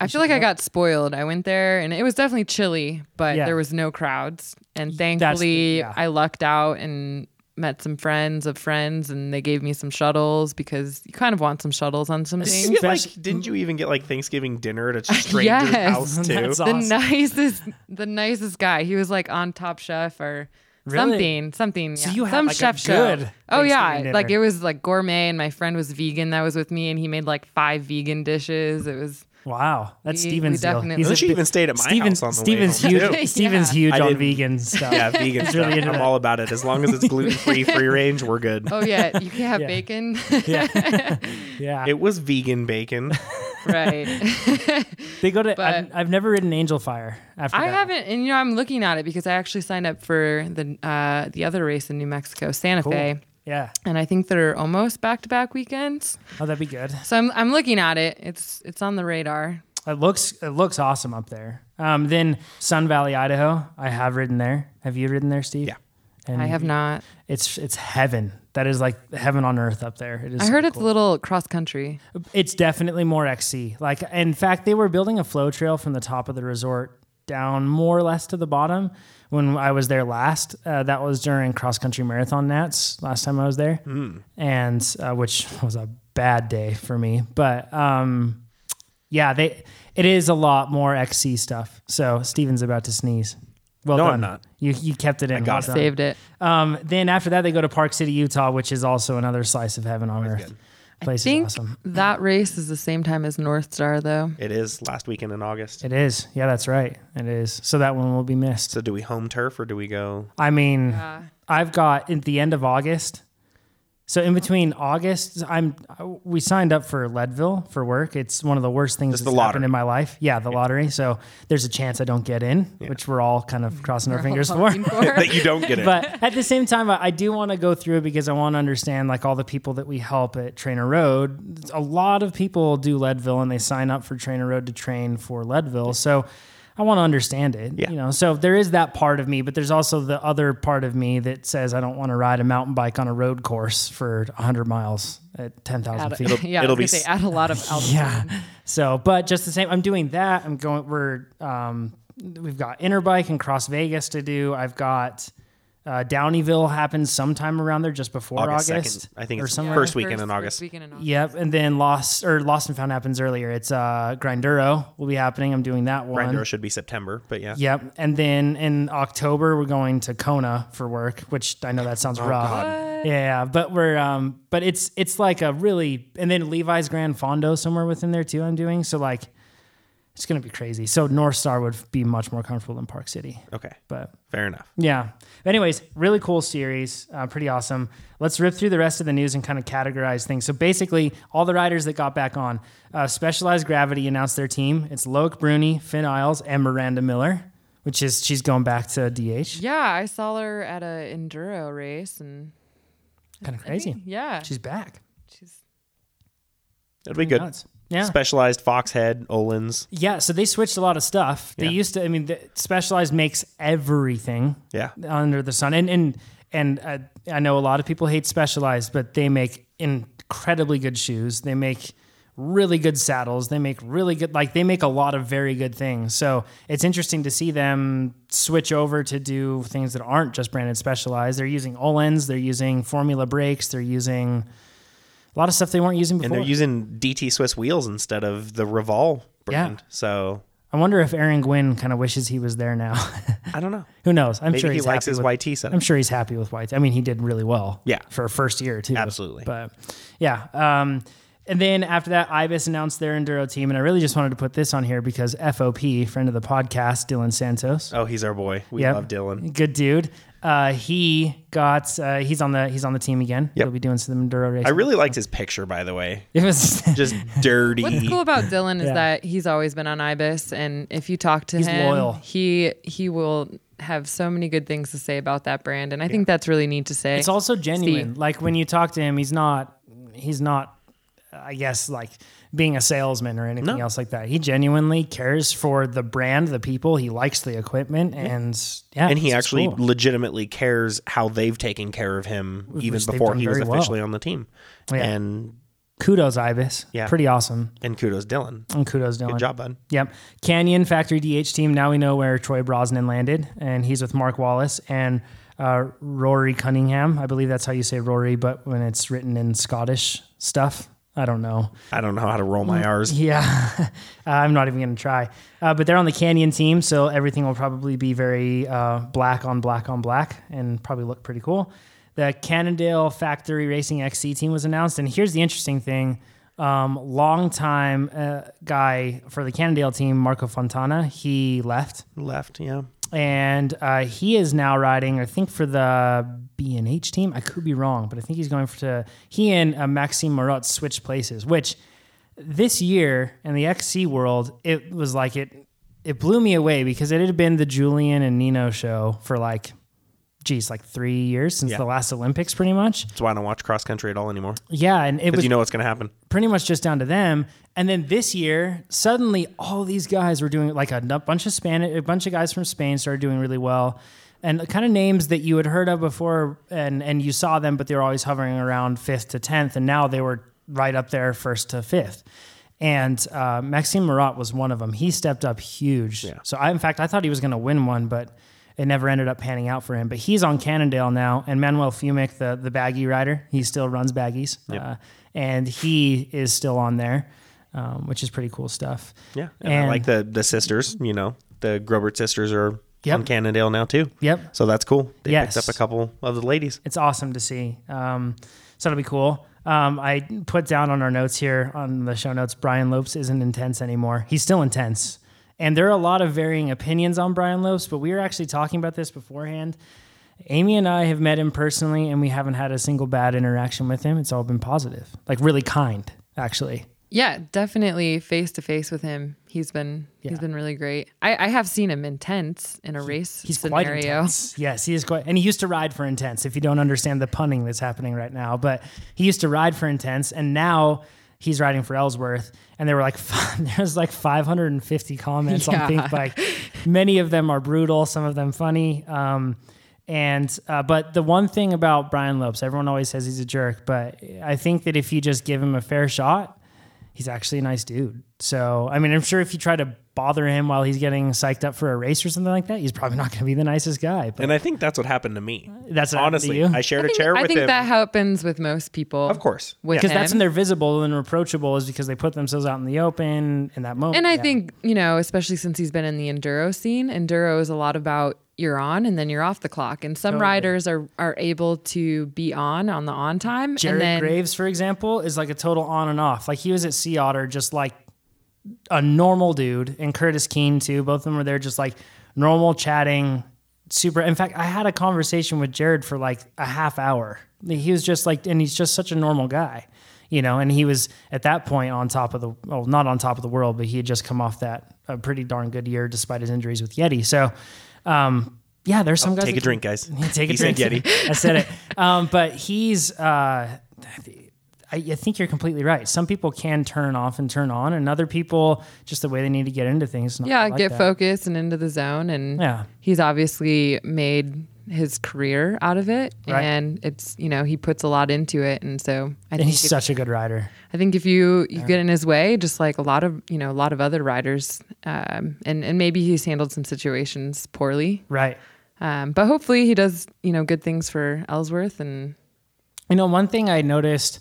Speaker 3: I feel like I got spoiled. I went there and it was definitely chilly, but
Speaker 1: Yeah.
Speaker 3: there was no crowds. And thankfully,
Speaker 1: yeah.
Speaker 3: I lucked out and met some friends of friends, and they gave me some shuttles because you kind of want some shuttles on some
Speaker 2: Didn't you
Speaker 3: things.
Speaker 2: get, like, didn't you even get like Thanksgiving dinner at a stranger's
Speaker 3: Yes.
Speaker 2: house too?
Speaker 1: That's
Speaker 3: The
Speaker 1: awesome.
Speaker 3: nicest, the nicest guy. He was like on Top Chef or
Speaker 1: Really?
Speaker 3: something, something.
Speaker 1: So
Speaker 3: yeah.
Speaker 1: you had,
Speaker 3: some
Speaker 1: like, a
Speaker 3: chef show.
Speaker 1: good
Speaker 3: oh yeah,
Speaker 1: Thanksgiving
Speaker 3: like
Speaker 1: dinner.
Speaker 3: it was like gourmet, and my friend was vegan that was with me, and he made like five vegan dishes. It was
Speaker 1: Wow, that's
Speaker 3: We-
Speaker 1: Steven's
Speaker 3: we
Speaker 1: deal.
Speaker 3: definitely-
Speaker 2: And
Speaker 1: a
Speaker 2: then she
Speaker 1: bi-
Speaker 2: even stayed at my
Speaker 1: Steven's,
Speaker 2: house on the
Speaker 1: Steven's
Speaker 2: way home,
Speaker 1: huge.
Speaker 2: too.
Speaker 1: Steven's huge
Speaker 2: I
Speaker 1: on
Speaker 2: didn't-
Speaker 1: vegan stuff.
Speaker 2: Yeah, vegan stuff.
Speaker 1: really into
Speaker 2: I'm
Speaker 1: that.
Speaker 2: all about it. As long as it's gluten free, free range, we're good.
Speaker 3: oh yeah, you can't have
Speaker 1: Yeah.
Speaker 3: bacon,
Speaker 1: yeah. Yeah.
Speaker 2: It was vegan bacon.
Speaker 3: right?
Speaker 1: they go to.
Speaker 3: but-
Speaker 1: I've, I've never ridden Angel Fire. After
Speaker 3: I
Speaker 1: that.
Speaker 3: haven't, and you know, I'm looking at it because I actually signed up for the uh, the other race in New Mexico, Santa Fe,
Speaker 1: Yeah.
Speaker 3: and I think they're almost back to back weekends.
Speaker 1: Oh, that'd be good.
Speaker 3: So I'm I'm looking at it. It's it's on the radar.
Speaker 1: It looks it looks awesome up there. Um, then Sun Valley, Idaho. I have ridden there. Have you ridden there, Steve?
Speaker 2: Yeah.
Speaker 1: And
Speaker 3: I have not.
Speaker 1: It's it's heaven. That is like heaven on earth up there. It is.
Speaker 3: I
Speaker 1: so
Speaker 3: heard it's
Speaker 1: cool.
Speaker 3: a little cross country.
Speaker 1: It's definitely more XC. Like, in fact, they were building a flow trail from the top of the resort down more or less to the bottom when I was there last. Uh, that was during cross country marathon nats last time I was there,
Speaker 2: Hmm.
Speaker 1: and uh, which was a bad day for me. But um, yeah, they it is a lot more XC stuff. So Steven's about to sneeze. Well
Speaker 2: No,
Speaker 1: done.
Speaker 2: I'm not.
Speaker 1: You you kept it in.
Speaker 2: got
Speaker 1: well
Speaker 2: it.
Speaker 1: done.
Speaker 3: Saved it.
Speaker 1: Um, then after that, they go to Park City, Utah, which is also another slice of heaven on earth. Place
Speaker 3: think
Speaker 1: is awesome.
Speaker 3: that race is the same time as North Star, though.
Speaker 2: It is last weekend in August.
Speaker 1: It is. Yeah, that's right. It is. So that one will be missed.
Speaker 2: So do we home turf or do we go?
Speaker 1: I mean, I've got at the end of August. So in between August, I'm we signed up for Leadville for work. It's one of the worst things
Speaker 2: Just
Speaker 1: that's
Speaker 2: the
Speaker 1: happened
Speaker 2: lottery.
Speaker 1: in my life. Yeah, the lottery. So there's a chance I don't get in, which we're all kind of crossing our fingers for.
Speaker 3: Looking for-
Speaker 2: That you don't get it.
Speaker 1: but at the same time, I, I do want to go through it because I want to understand like all the people that we help at Trainer Road. A lot of people do Leadville and they sign up for Trainer Road to train for Leadville. So I want to understand it.
Speaker 2: Yeah.
Speaker 1: You know, so there is that part of me, but there's also the other part of me that says I don't want to ride a mountain bike on a road course for 100 miles at 10,000 feet.
Speaker 3: yeah,
Speaker 2: it'll
Speaker 3: it'll
Speaker 2: be
Speaker 3: be. They
Speaker 2: s-
Speaker 3: add a lot of altitude.
Speaker 1: Yeah. So, but just the same, I'm doing that. I'm going. We're um, we've got Interbike and Cross Vegas to do. I've got uh, Downeyville happens sometime around there, just before
Speaker 2: August
Speaker 1: August.
Speaker 2: 2nd. I think
Speaker 1: or
Speaker 2: it's
Speaker 1: somewhere.
Speaker 2: First weekend in
Speaker 3: first
Speaker 2: August.
Speaker 3: weekend in August.
Speaker 1: Yep, and then Lost or Lost and Found happens earlier. It's uh, Grinduro will be happening. I'm doing that one.
Speaker 2: Grindr should be September, but yeah.
Speaker 1: Yep, and then in October we're going to Kona for work, which I know that sounds rough. Yeah, but we're um, but it's it's like a really, and then Levi's Grand Fondo somewhere within there too. I'm doing so like, it's gonna be crazy. So North Star would be much more comfortable than Park City,
Speaker 2: Okay.
Speaker 1: but
Speaker 2: Fair enough.
Speaker 1: yeah. Anyways, really cool series, uh, pretty awesome. Let's rip through the rest of the news and kind of categorize things. So basically, all the riders that got back on, uh, Specialized Gravity announced their team. It's Loic Bruni, Finn Isles, and Miranda Miller, which is she's going back to DH.
Speaker 3: Yeah, I saw her at a enduro race, and
Speaker 1: Kind of crazy.
Speaker 3: yeah,
Speaker 1: She's back.
Speaker 3: she's
Speaker 2: It'll be good.
Speaker 1: Nuts. Yeah.
Speaker 2: Specialized Foxhead, Olin's.
Speaker 1: Yeah, so they switched a lot of stuff. They
Speaker 2: Yeah.
Speaker 1: used to, I mean, the, Specialized makes everything
Speaker 2: Yeah.
Speaker 1: under the sun, and and and uh, I know a lot of people hate Specialized, but they make incredibly good shoes. They make really good saddles. They make really good, like they make a lot of very good things. So it's interesting to see them switch over to do things that aren't just branded Specialized. They're using Olens, they're using Formula Brakes, they're using a lot of stuff they weren't using
Speaker 2: And
Speaker 1: before.
Speaker 2: they're using DT Swiss wheels instead of the Revol brand. So
Speaker 1: I wonder if Aaron Gwynn kind of wishes he was there now.
Speaker 2: I don't know.
Speaker 1: Who knows? I'm
Speaker 2: Maybe
Speaker 1: sure
Speaker 2: he
Speaker 1: he's
Speaker 2: likes
Speaker 1: happy
Speaker 2: his
Speaker 1: with-
Speaker 2: YT setup.
Speaker 1: I'm sure he's happy with White. I mean, he did really well.
Speaker 2: Yeah.
Speaker 1: For a first year too.
Speaker 2: Absolutely.
Speaker 1: But yeah. Um, And then after that, Ibis announced their enduro team, and I really just wanted to put this on here because FOP, friend of the podcast, Dylan Santos,
Speaker 2: Oh, he's our boy. We
Speaker 1: Yep.
Speaker 2: love Dylan.
Speaker 1: good dude. Uh, he got uh, he's on the he's on the team again.
Speaker 2: Yep.
Speaker 1: He'll be doing some enduro racing.
Speaker 2: I really liked his picture, by the way.
Speaker 1: it was
Speaker 2: Just dirty.
Speaker 3: What's cool about Dylan is
Speaker 1: Yeah.
Speaker 3: that he's always been on Ibis, and if you talk to
Speaker 1: He's
Speaker 3: him,
Speaker 1: loyal.
Speaker 3: he he will have so many good things to say about that brand, and I think that's really neat to say.
Speaker 1: It's also genuine. Like when you talk to him, he's not he's not I guess like being a salesman or anything else like that. He genuinely cares for the brand, the people, he likes the equipment and yeah.
Speaker 2: and he
Speaker 1: it's
Speaker 2: actually
Speaker 1: cool.
Speaker 2: legitimately cares how they've taken care of him even
Speaker 1: they've
Speaker 2: before
Speaker 1: done
Speaker 2: he was
Speaker 1: very well. Oh,
Speaker 2: officially on the team. And
Speaker 1: kudos Ibis.
Speaker 2: Yeah.
Speaker 1: Pretty awesome.
Speaker 2: and kudos Dylan.
Speaker 1: And kudos Dylan.
Speaker 2: Good job, bud.
Speaker 1: Yep. Canyon Factory DH team. Now we know where Troy Brosnan landed, and he's with Mark Wallace and uh, Rory Cunningham. I believe that's how you say Rory, but when it's written in Scottish stuff, I don't know.
Speaker 2: I don't know how to roll my R's.
Speaker 1: Mm. Yeah, Uh, I'm not even going to try. Uh, but they're on the Canyon team, so everything will probably be very uh, black on black on black and probably look pretty cool. The Cannondale Factory Racing XC team was announced, and here's the interesting thing. Um, long time uh, guy for the Cannondale team, Marco Fontana, he left
Speaker 2: Left, yeah.
Speaker 1: and uh, he is now riding, I think, for the B and H team. I could be wrong, but I think he's going for to he and uh, Maxime Marot switched places. Which this year in the XC world, it was like it it blew me away because it had been the Julian and Nino show for like, geez, like three years since
Speaker 2: Yeah.
Speaker 1: the last Olympics, pretty much.
Speaker 2: That's why I don't watch cross country at all anymore.
Speaker 1: Yeah, and it
Speaker 2: Because
Speaker 1: was
Speaker 2: you know what's going to happen.
Speaker 1: pretty much just down to them. And then this year, suddenly all these guys were doing like a n- bunch of Spanish, a bunch of guys from Spain started doing really well, and the kind of names that you had heard of before, and and you saw them, but they were always hovering around fifth to tenth, and now they were right up there, first to fifth. And uh, Maxime Marat was one of them. He stepped up huge. So I, in fact, I thought he was going to win one, but it never ended up panning out for him. But he's on Cannondale now, and Manuel Fumic, the the baggy rider, he still runs baggies, uh, and he is still on there, um, which is pretty cool stuff.
Speaker 2: Yeah. And, I like the, the sisters, you know, the Grobert sisters are
Speaker 1: Yep.
Speaker 2: on Cannondale now too.
Speaker 1: Yep.
Speaker 2: So that's cool. They
Speaker 1: Yes.
Speaker 2: picked up a couple of the ladies.
Speaker 1: it's awesome to see. Um, so it'll be cool. Um, I put down on our notes here on the show notes. Brian Lopes isn't intense anymore. He's still intense, and there are a lot of varying opinions on Brian Lopes. But we were actually talking about this beforehand. Amy and I have met him personally, and we haven't had a single bad interaction with him. It's all been positive, like really kind, actually.
Speaker 3: yeah, definitely face to face with him. He's been
Speaker 1: Yeah.
Speaker 3: he's been really great. I, I have seen him intense in a race
Speaker 1: He's
Speaker 3: scenario.
Speaker 1: quite intense. Yes, he is quite, and he used to ride for intense. If you don't understand the punning that's happening right now, but he used to ride for intense, and now he's riding for Ellsworth. And there were like fi- there's like 550 comments
Speaker 3: Yeah.
Speaker 1: on Think Bike. Many of them are brutal, some of them funny. Um, and uh, but the one thing about Brian Lopes, everyone always says he's a jerk, but I think that if you just give him a fair shot, he's actually a nice dude. So, I mean, I'm sure if you try to bother him while he's getting psyched up for a race or something like that, he's probably not going to be the nicest guy. But
Speaker 2: And I think that's what happened to me.
Speaker 1: That's what happened to
Speaker 2: honestly,
Speaker 1: you?
Speaker 2: I shared a chair
Speaker 3: I
Speaker 2: with
Speaker 3: think
Speaker 2: him.
Speaker 3: that happens with most people.
Speaker 2: of course.
Speaker 3: With
Speaker 1: because that's
Speaker 3: him.
Speaker 1: when they're visible and reproachable is because they put themselves out in the open in that moment.
Speaker 3: And I
Speaker 1: Yeah.
Speaker 3: think, you know, especially since he's been in the enduro scene, enduro is a lot about you're on and then you're off the clock. And some riders are are able to be on on the on time.
Speaker 1: Jared
Speaker 3: and then
Speaker 1: Graves, for example, is like a total on and off. Like he was at Sea Otter, just like a normal dude, and Curtis Keene too. Both of them were there, just like normal chatting. Super. In fact, I had a conversation with Jared for like a half hour. He was just like, and he's just such a normal guy, you know. And he was at that point on top of the, well, not on top of the world, but he had just come off that a pretty darn good year despite his injuries with Yeti. So, um, yeah, there's some guys.
Speaker 2: Take
Speaker 1: that
Speaker 2: a drink, guys.
Speaker 1: yeah, take a
Speaker 2: He
Speaker 1: drink.
Speaker 2: said
Speaker 1: I said it. Um, but he's. Uh, I, I think you're completely right. Some people can turn off and turn on, and other people just the way they need to get into things. not
Speaker 3: yeah,
Speaker 1: like
Speaker 3: get
Speaker 1: that.
Speaker 3: focused and into the zone. And
Speaker 1: Yeah.
Speaker 3: he's obviously made his career out of it.
Speaker 1: Right.
Speaker 3: And it's you know, he puts a lot into it. And so I
Speaker 1: And
Speaker 3: think
Speaker 1: he's
Speaker 3: if-
Speaker 1: such a good rider.
Speaker 3: I think if you, you get in his way, just like a lot of you know, a lot of other riders, um, and, and maybe he's handled some situations poorly.
Speaker 1: Right.
Speaker 3: Um, but hopefully he does, you know, good things for Ellsworth and
Speaker 1: You know, one thing I noticed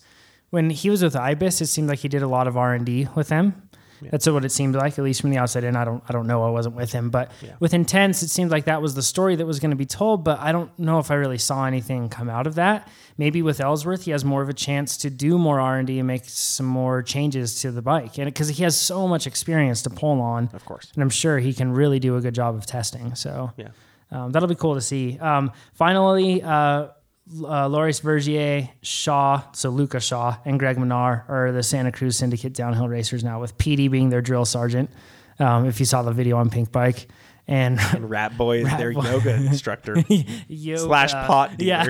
Speaker 1: when he was with Ibis, it seemed like he did a lot of R and D with them. That's what it seemed like, at least from the outside. And I don't, I don't know. I wasn't with him, but with intense, it seemed like that was the story that was going to be told. But I don't know if I really saw anything come out of that. Maybe with Ellsworth, he has more of a chance to do more R and D and make some more changes to the bike, and because he has so much experience to pull on,
Speaker 2: Of course.
Speaker 1: and I'm sure he can really do a good job of testing. So
Speaker 2: Yeah.
Speaker 1: um, that'll be cool to see. Um, finally, uh, L- uh, Loris Vergier, Shaw, so Luca Shaw, and Greg Minar are the Santa Cruz Syndicate downhill racers now, with PD being their drill sergeant. Um, if you saw the video on Pink Bike, and
Speaker 4: And Rat Boy is their yoga instructor.
Speaker 1: yoga,
Speaker 4: Slash pot
Speaker 1: yeah,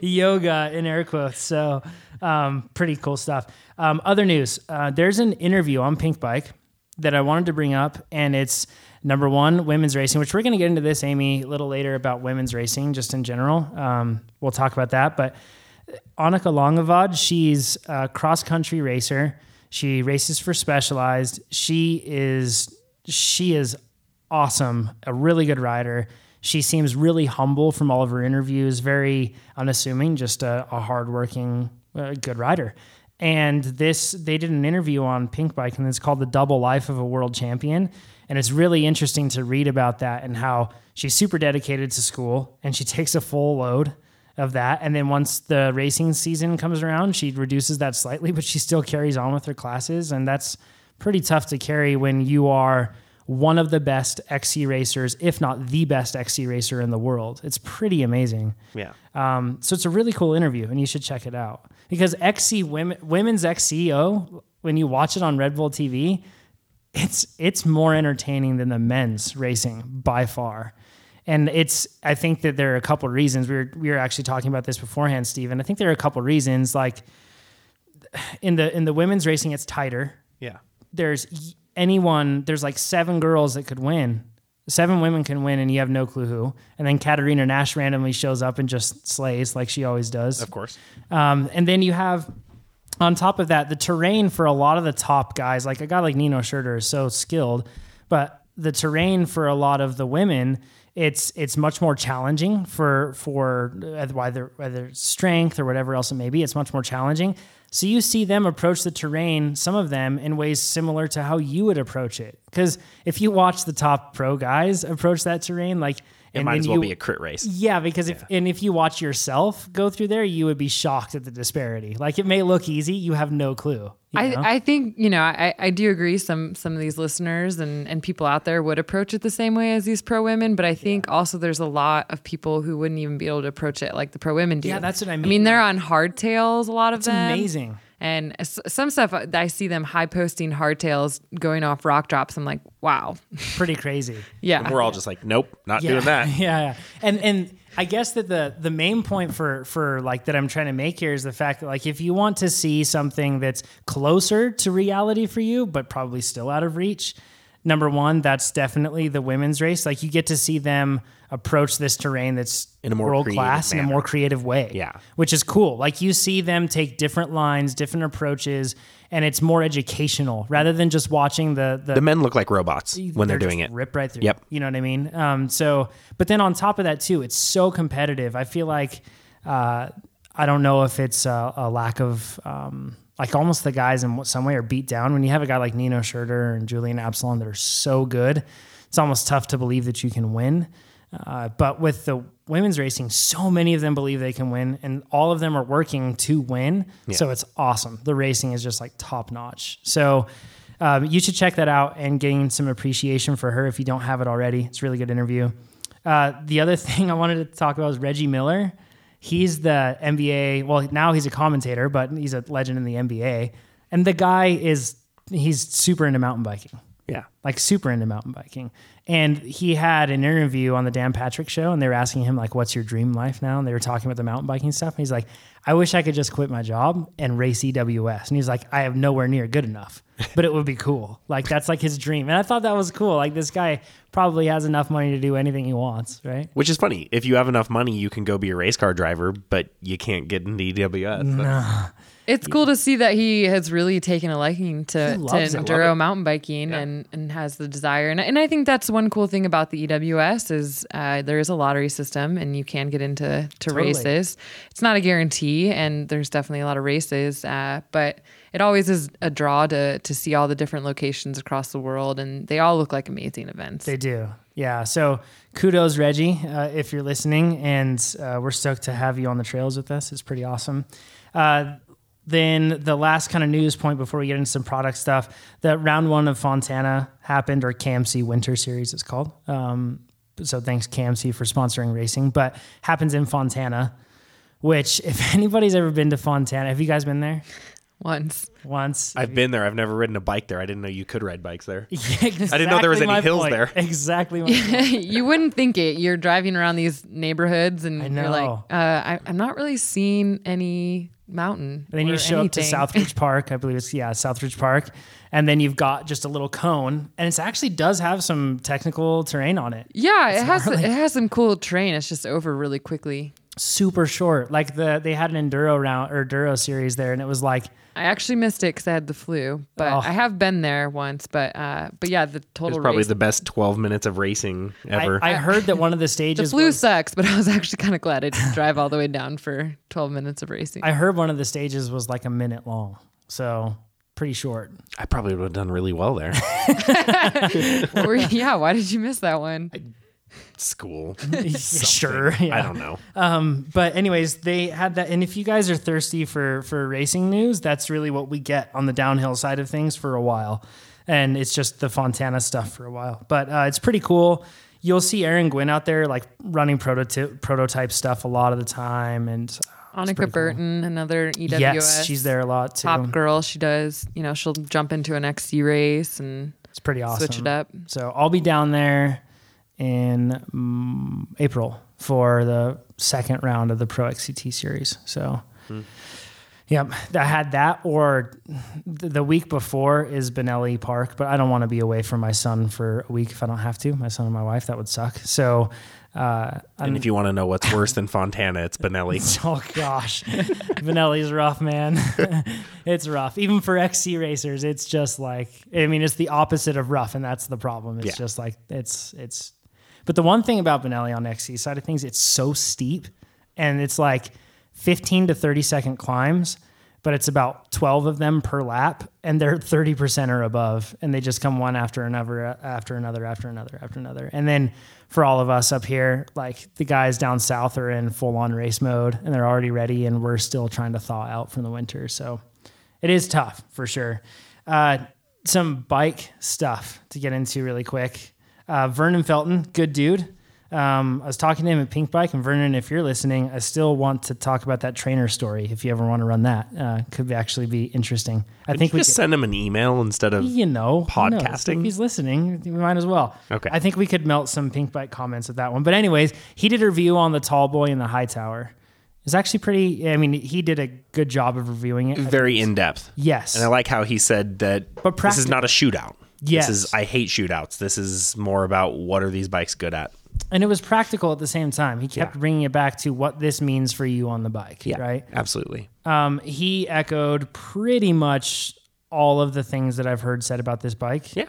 Speaker 1: yoga in air quotes. So, um, pretty cool stuff. Um, other news: uh, there's an interview on Pink Bike that I wanted to bring up, and it's number one, women's racing, which we're going to get into this, Amy, a little later about women's racing just in general. Um, we'll talk about that, but uh, Annika Longavad, she's a cross country racer. She races for Specialized. She is she is awesome, a really good rider. She seems really humble from all of her interviews, very unassuming, just a, a hardworking, uh, good rider. And this, they did an interview on Pink Bike, and it's called "The Double Life of a World Champion." And it's really interesting to read about that and how she's super dedicated to school, and she takes a full load of that. And then once the racing season comes around, she reduces that slightly, but she still carries on with her classes. And that's pretty tough to carry when you are one of the best XC racers, if not the best XC racer in the world. It's pretty amazing.
Speaker 2: Yeah.
Speaker 1: Um, so it's a really cool interview, and you should check it out because XC women, women's XCO, when you watch it on Red Bull TV, it's it's more entertaining than the men's racing by far. And it's I think that there are a couple reasons. We were we were actually talking about this beforehand, Steven. I think there are a couple reasons. Like in the in the women's racing, it's tighter
Speaker 2: Yeah.
Speaker 1: there's y- anyone there's like seven girls that could win seven women can win and you have no clue who and then katarina nash randomly shows up and just slays like she always does
Speaker 2: Of course.
Speaker 1: um, and then you have on top of that the terrain for a lot of the top guys like a guy like nino Schurter is so skilled but the terrain for a lot of the women it's it's much more challenging for for uh, whether whether it's strength or whatever else it may be it's much more challenging so you see them approach the terrain some of them in ways similar to how you would approach it because if you watch the top pro guys approach that terrain like
Speaker 2: It
Speaker 1: and
Speaker 2: might
Speaker 1: then
Speaker 2: as well
Speaker 1: you-
Speaker 2: be a crit race.
Speaker 1: yeah, because if and if you watch yourself go through there, you would be shocked at the disparity. Like it may look easy, you have no clue. you know?
Speaker 3: I, I think you know I, I do agree some some of these listeners and, and people out there would approach it the same way as these pro women but I think also there's a lot of people who wouldn't even be able to approach it like the pro women do
Speaker 1: Yeah, that's what I
Speaker 3: I
Speaker 1: mean.
Speaker 3: mean they're on hardtails a lot of them
Speaker 1: amazing.
Speaker 3: and s- some stuff uh, I see them high posting hardtails going off rock drops I'm like wow
Speaker 1: Pretty crazy.
Speaker 3: yeah
Speaker 2: And we're all just like, nope, not
Speaker 1: yeah.
Speaker 2: doing that.
Speaker 1: yeah, yeah. And and I guess that the the main point for for like that I'm trying to make here is the fact that like if you want to see something that's closer to reality for you, but probably still out of reach. Number one, that's definitely the women's race. Like you get to see them approach this terrain that's
Speaker 2: In a more
Speaker 1: world
Speaker 2: creative
Speaker 1: class in a
Speaker 2: manner.
Speaker 1: more creative way.
Speaker 2: Yeah.
Speaker 1: which is cool. Like you see them take different lines, different approaches, and it's more educational rather than just watching the the
Speaker 2: The men look like robots when they're,
Speaker 1: just
Speaker 2: doing it.
Speaker 1: Rip right through.
Speaker 2: Yep.
Speaker 1: You know what I mean? Um, so, but then on top of that too, it's so competitive. I feel like, uh, I don't know if it's a, a lack of, um, like almost the guys in some way are beat down when you have a guy like Nino Schurter and Julian Absalon that are so good. It's almost tough to believe that you can win. Uh, but with the women's racing, so many of them believe they can win, and all of them are working to win. So it's awesome. The racing is just like top notch. So um, you should check that out and gain some appreciation for her if you don't have it already. It's a really good interview. Uh, the other thing I wanted to talk about is Reggie Miller. He's the NBA. Well, now he's a commentator, but he's a legend in the NBA. And the guy is he's super into mountain biking
Speaker 2: Yeah.
Speaker 1: like super into mountain biking. And he had an interview on the Dan Patrick show and they were asking him like what's your dream life now? And they were talking about the mountain biking stuff. And he's like, I wish I could just quit my job and race EWS. And he's like, I have nowhere near good enough. But it would be cool. Like that's like his dream. And I thought that was cool. Like this guy probably has enough money to do anything he wants, right?
Speaker 2: Which is funny. E If you have enough money, you can go be a race car driver, but you can't get into EWS. That's-
Speaker 3: It's cool to see that he has really taken a liking to, to
Speaker 1: loves it. Love
Speaker 3: enduro mountain biking and, and has the desire. And, and I think that's one cool thing about the EWS is uh, there is a lottery system and you can get into to
Speaker 1: Totally.
Speaker 3: races. It's not a guarantee, and there's definitely a lot of races, uh, but it always is a draw to to see all the different locations across the world, and they all look like amazing events.
Speaker 1: They do. Yeah. So kudos, Reggie, uh, if you're listening. And uh, we're stoked to have you on the trails with us. It's pretty awesome. Uh, then the last kind of news point before we get into some product stuff that round one of Fontana happened, or CAMC Winter Series, it's called. Um, so thanks, CAMC, for sponsoring racing, but happens in Fontana, which, if anybody's ever been to Fontana, have you guys been there
Speaker 3: Once
Speaker 1: once?
Speaker 2: I've been there. I've never ridden a bike there. I didn't know you could ride bikes there.
Speaker 1: I
Speaker 2: didn't know there was any hills there.
Speaker 1: Exactly. my point.
Speaker 3: you wouldn't think it. You're driving around these neighborhoods, and
Speaker 1: I
Speaker 3: you're like,
Speaker 1: know.
Speaker 3: uh, I, I'm not really seeing any mountain.
Speaker 1: And then
Speaker 3: or
Speaker 1: you show
Speaker 3: anything.
Speaker 1: up to Southridge Park, I believe it's yeah, Southridge Park, and then you've got just a little cone, and it actually does have some technical terrain on it.
Speaker 3: Yeah, it has it has some cool terrain. It's just over really quickly.
Speaker 1: Super short, like the they had an enduro round or enduro series there, and it was like
Speaker 3: I actually missed it because I had the flu, but
Speaker 1: Oh.
Speaker 3: I have been there once. But uh, but yeah, the
Speaker 2: It's
Speaker 3: total
Speaker 2: probably
Speaker 3: race.
Speaker 2: the best 12 minutes of racing
Speaker 1: I,
Speaker 2: ever.
Speaker 1: I heard that one of the
Speaker 3: the
Speaker 1: stages
Speaker 3: flu
Speaker 1: was,
Speaker 3: sucks, but I was actually kind of glad I didn't drive all the way down for 12 minutes of racing.
Speaker 1: I heard one of the stages was like a minute long, so pretty short.
Speaker 2: I probably would have done really well there.
Speaker 3: Or- yeah, why did you miss that one?
Speaker 2: School.
Speaker 1: sure, yeah.
Speaker 2: I don't know.
Speaker 1: but anyways, they had that. And if you guys are thirsty for for racing news, that's really what we get on the downhill side of things for a while. And it's just the Fontana stuff for a while, but uh, it's pretty cool. You'll see Aaron Gwynn out there like running prototype prototype stuff a lot of the time, and uh,
Speaker 3: Annika Burton, another E EWS.
Speaker 1: yes, she's there a lot too.
Speaker 3: Top girl, she does. You know, she'll jump into an XC race and
Speaker 1: It's pretty awesome.
Speaker 3: switch it up.
Speaker 1: So I'll be down there in mm, April for the second round of the Pro XCT series. So, yep, I had that. Or th- the week before is Benelli Park, but I don't want to be away from my son for a week if I don't have to. My son and my wife, that would suck. So, uh,
Speaker 2: And if you want to know what's worse than Fontana, it's Benelli.
Speaker 1: oh gosh, Benelli's rough, man. it's rough, even for XC racers. It's just like I mean, it's the opposite of rough, and that's the problem. It's
Speaker 2: Yeah.
Speaker 1: just like it's it's. But the one thing about Benelli on XC side of things, it's so steep, and it's like fifteen to thirty second climbs. But it's about 12 of them per lap, and they're 30% or above. And they just come one after another, after another, after another, after another. And then for all of us up here, like the guys down south are in full on race mode and they're already ready, and we're still trying to thaw out from the winter. So it is tough for sure. Uh, some bike stuff to get into really quick. Uh, Vernon Felton, good dude. Um, I was talking to him at Pink Bike, and Vernon, if you're listening, I still want to talk about that trainer story. If you ever want to run that, uh, could be- actually be interesting. I think we
Speaker 2: just
Speaker 1: could-
Speaker 2: send him an email instead of.
Speaker 1: you know, who knows?
Speaker 2: Podcasting?
Speaker 1: If he's listening. We might as well.
Speaker 2: Okay.
Speaker 1: I think we could melt some pink bike comments with that one. But anyways, he did a review on the tall boy in the high tower. It's actually pretty. I mean, he did a good job of reviewing it.
Speaker 2: Very in depth.
Speaker 1: yes.
Speaker 2: And I like how he said that
Speaker 1: But
Speaker 2: this is
Speaker 1: practi-
Speaker 2: not a shootout.
Speaker 1: Yes.
Speaker 2: This is I hate shootouts. This is more about what are these bikes good at.
Speaker 1: and it was practical at the same time. He kept
Speaker 2: Yeah.
Speaker 1: bringing it back to what this means for you on the bike, right?
Speaker 2: Absolutely.
Speaker 1: Um, he echoed pretty much all of the things that I've heard said about this bike.
Speaker 2: Yeah.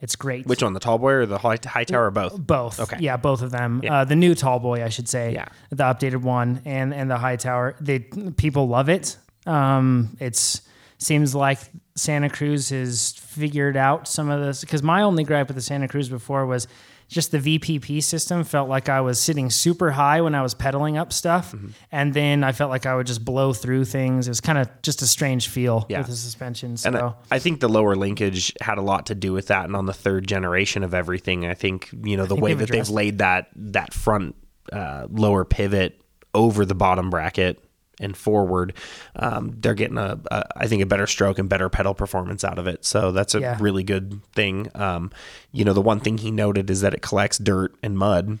Speaker 1: It's great.
Speaker 2: Which one, the tall boy or the high, high tower or both?
Speaker 1: both.
Speaker 2: Okay.
Speaker 1: Yeah, both of them. Uh, the new tall boy, I should say.
Speaker 2: Yeah.
Speaker 1: The updated one and and the high tower. They people love it. Um, it's seems like Santa Cruz has figured out some of this because my only gripe with the Santa Cruz before was just the VPP system felt like I was sitting super high when I was pedaling up stuff,
Speaker 2: Mm-hmm.
Speaker 1: and then I felt like I would just blow through things. It was kind of just a strange feel
Speaker 2: Yeah.
Speaker 1: with the suspension. So
Speaker 2: And uh, I, I think the lower linkage had a lot to do with that. And on the third generation of everything, I think you know the way
Speaker 1: they've
Speaker 2: that they've
Speaker 1: addressed
Speaker 2: laid that that front uh, lower pivot over the bottom bracket and forward, um, they're getting a, a I think a better stroke and better pedal performance out of it. So that's a
Speaker 1: Yeah.
Speaker 2: really good thing. Um, you know, the one thing he noted is that it collects dirt and mud.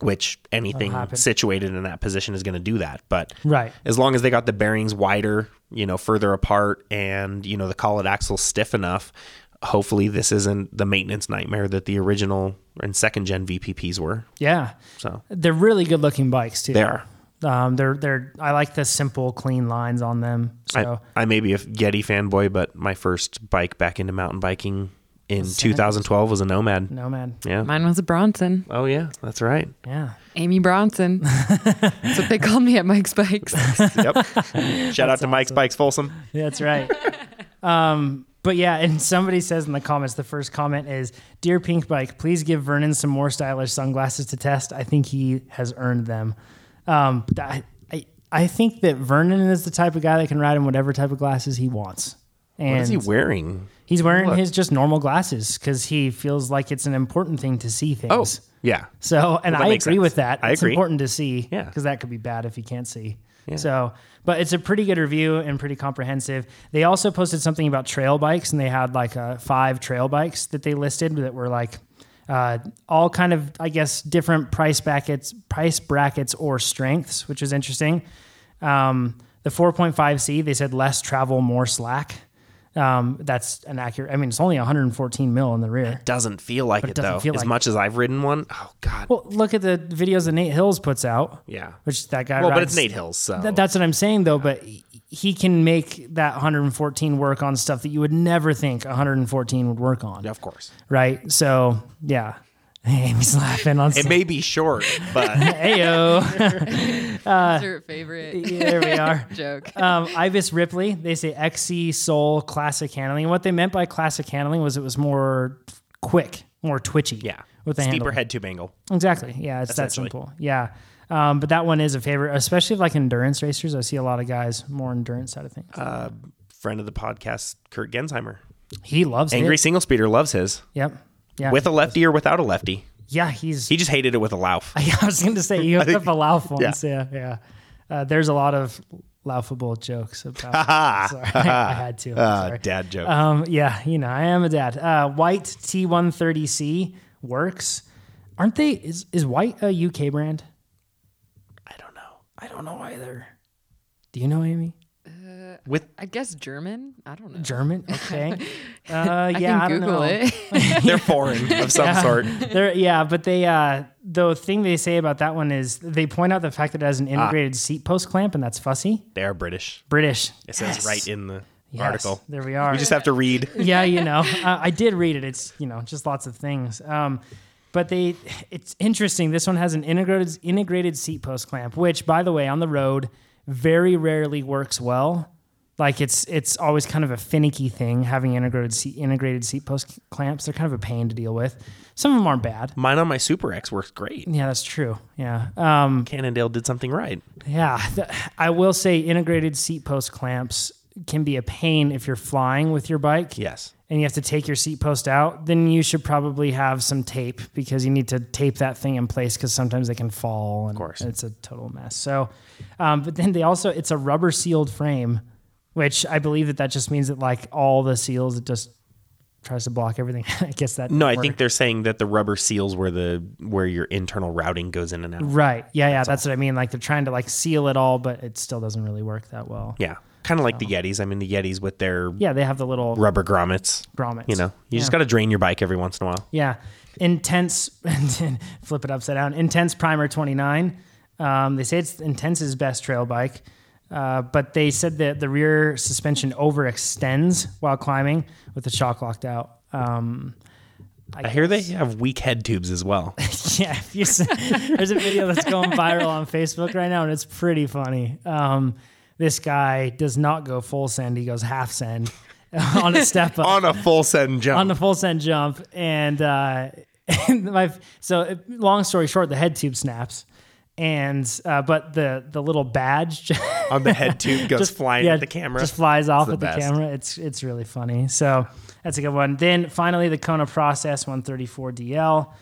Speaker 2: Which anything
Speaker 1: happen.
Speaker 2: situated in that position is going to do that, but
Speaker 1: Right.
Speaker 2: as long as they got the bearings wider, you know, further apart, and you know the collet axle stiff enough, hopefully this isn't the maintenance nightmare that the original and second gen VPPs were.
Speaker 1: yeah,
Speaker 2: So
Speaker 1: they're really good looking bikes too.
Speaker 2: they are.
Speaker 1: Um, they're they're I like the simple, clean lines on them. So
Speaker 2: I, I may be a Yeti fanboy, but my first bike back into mountain biking in 2012 was a Nomad.
Speaker 1: Nomad,
Speaker 2: Yeah.
Speaker 3: Mine was a Bronson,
Speaker 2: oh yeah, that's right.
Speaker 1: yeah,
Speaker 3: Amy Bronson. That's what they called me at Mike's Bikes.
Speaker 2: Yep. Shout out to Mike's Bikes Folsom.
Speaker 1: that's right. um, but yeah, and somebody says in the comments, the first comment is, "Dear Pink Bike, please give Vernon some more stylish sunglasses to test. I think he has earned them." Um, but I, I I think that Vernon is the type of guy that can ride in whatever type of glasses he wants. And
Speaker 2: What is he wearing?
Speaker 1: He's wearing
Speaker 2: Look.
Speaker 1: his just normal glasses because he feels like it's an important thing to see
Speaker 2: Oh,
Speaker 1: things.
Speaker 2: yeah.
Speaker 1: So, and
Speaker 2: that
Speaker 1: I agree
Speaker 2: makes sense.
Speaker 1: with that.
Speaker 2: I
Speaker 1: it's
Speaker 2: agree.
Speaker 1: important to see
Speaker 2: Yeah.
Speaker 1: because that could be bad if you can't see. So, but it's a pretty good review and pretty comprehensive. They also posted something about trail bikes and they had like uh, five trail bikes that they listed that were like uh, all kind of, I guess, different price brackets, price brackets or strengths, which is interesting. Um, the 4.5C, they said less travel, more slack. Um, that's an accurate. I mean, it's only 114 mil in the rear.
Speaker 2: Doesn't feel like it,
Speaker 1: doesn't
Speaker 2: though.
Speaker 1: feel
Speaker 2: as
Speaker 1: like
Speaker 2: much as I've ridden one, oh god.
Speaker 1: Well, look at the videos that Nate Hills puts out.
Speaker 2: yeah.
Speaker 1: Which that guy.
Speaker 2: well, but
Speaker 1: rides-
Speaker 2: it's Nate Hills, so
Speaker 1: Th- that's what I'm saying though. But he can make that 114 work on stuff that you would never think 114 would work on.
Speaker 2: of course.
Speaker 1: Right. So yeah, Amy's laughing on.
Speaker 2: It may be short, but
Speaker 1: Heyo.
Speaker 3: That's your favorite
Speaker 1: there we are.
Speaker 3: joke.
Speaker 1: um, Ibis Ripley, they say XC Soul Classic Handling. And what they meant by classic handling was it was more quick, more twitchy.
Speaker 2: yeah.
Speaker 1: With the
Speaker 2: Steeper
Speaker 1: handle.
Speaker 2: head tube angle.
Speaker 1: Exactly. Yeah, it's that
Speaker 2: Essentially.
Speaker 1: simple. Yeah. Um, but that one is a favorite, especially like endurance racers. I see a lot of guys more endurance side of things.
Speaker 2: Uh, Friend of the podcast, Kurt Gensheimer.
Speaker 1: he loves
Speaker 2: Angry
Speaker 1: it.
Speaker 2: single speeder loves his.
Speaker 1: Yep. Yeah.
Speaker 2: With a lefty or without a lefty.
Speaker 1: yeah, he's.
Speaker 2: He just hated it with a lauf.
Speaker 1: I was going to say you hooked up a Lauf
Speaker 2: yeah.
Speaker 1: once. Yeah. Yeah. Uh, there's a lot of laughable jokes about. sorry, I had to. I'm
Speaker 2: Uh,
Speaker 1: sorry.
Speaker 2: dad joke.
Speaker 1: Um, yeah, you know, I am a dad. Uh, white T130C works. Aren't they? Is is white a UK brand?
Speaker 2: I don't know.
Speaker 1: I don't know either. Do you know Amy?
Speaker 2: With
Speaker 3: I guess German. I don't know.
Speaker 1: German? Okay. Uh,
Speaker 3: I
Speaker 1: yeah,
Speaker 3: can
Speaker 1: I don't
Speaker 3: Google
Speaker 1: know.
Speaker 3: it.
Speaker 2: they're foreign of some sort.
Speaker 1: They're- yeah, but they uh, the thing they say about that one is they point out the fact that it
Speaker 2: Ah.
Speaker 1: has an integrated seat post clamp, and that's fussy.
Speaker 2: They are British.
Speaker 1: British.
Speaker 2: It says right in the
Speaker 1: Yes,
Speaker 2: article.
Speaker 1: There we are.
Speaker 2: You just have to read.
Speaker 1: yeah, you know, uh, I did read it. It's you know just lots of things. Um, but they, it's interesting. This one has an integrated integrated seat post clamp, which, by the way, on the road very rarely works well. Like it's it's always kind of a finicky thing having integrated seat integrated seat post clamps. They're kind of a pain to deal with. Some of them aren't bad.
Speaker 2: Mine on my Super X works great.
Speaker 1: Yeah, that's true. Yeah. Um,
Speaker 2: Cannondale did something right.
Speaker 1: yeah, th- I will say integrated seat post clamps can be a pain if you're flying with your bike
Speaker 2: Yes.
Speaker 1: and you have to take your seat post out, then you should probably have some tape because you need to tape that thing in place because sometimes they can fall. And of
Speaker 2: course.
Speaker 1: it's a total mess. So, um, but then they also it's a rubber sealed frame, which I believe that that just means that like all the seals it just tries to block everything. I guess that
Speaker 2: No, I
Speaker 1: worked.
Speaker 2: think they're saying that the rubber seals where the where your internal routing goes in and out.
Speaker 1: right. Yeah, yeah, that's what I mean. Like they're trying to like seal it all, but it still doesn't really work that well.
Speaker 2: Yeah. Kind of like the Yetis. I mean, the Yetis with their
Speaker 1: Yeah, they have the little
Speaker 2: rubber grommets.
Speaker 1: grommets.
Speaker 2: You know, you just
Speaker 1: Yeah.
Speaker 2: got to drain your bike every once in a while.
Speaker 1: Yeah. Intense, flip it upside down. Intense Primer 29. Um, they say it's Intense's best trail bike, uh, but they said that the rear suspension overextends while climbing with the shock locked out. Um,
Speaker 2: I hear they have weak head tubes as well.
Speaker 1: yeah, if you s- there's a video that's going viral on Facebook right now, and it's pretty funny. Um, this guy does not go full send; he goes half send on a step up.
Speaker 2: on a full send jump.
Speaker 1: on the full send jump and uh and my so uh, long story short the head tube snaps and uh but the the little badge just,
Speaker 2: on the head tube goes Oh, flying
Speaker 1: yeah,
Speaker 2: at the camera.
Speaker 1: just flies off
Speaker 2: the
Speaker 1: at the
Speaker 2: best.
Speaker 1: camera it's it's really funny so that's a good one then finally the kona process 134 dl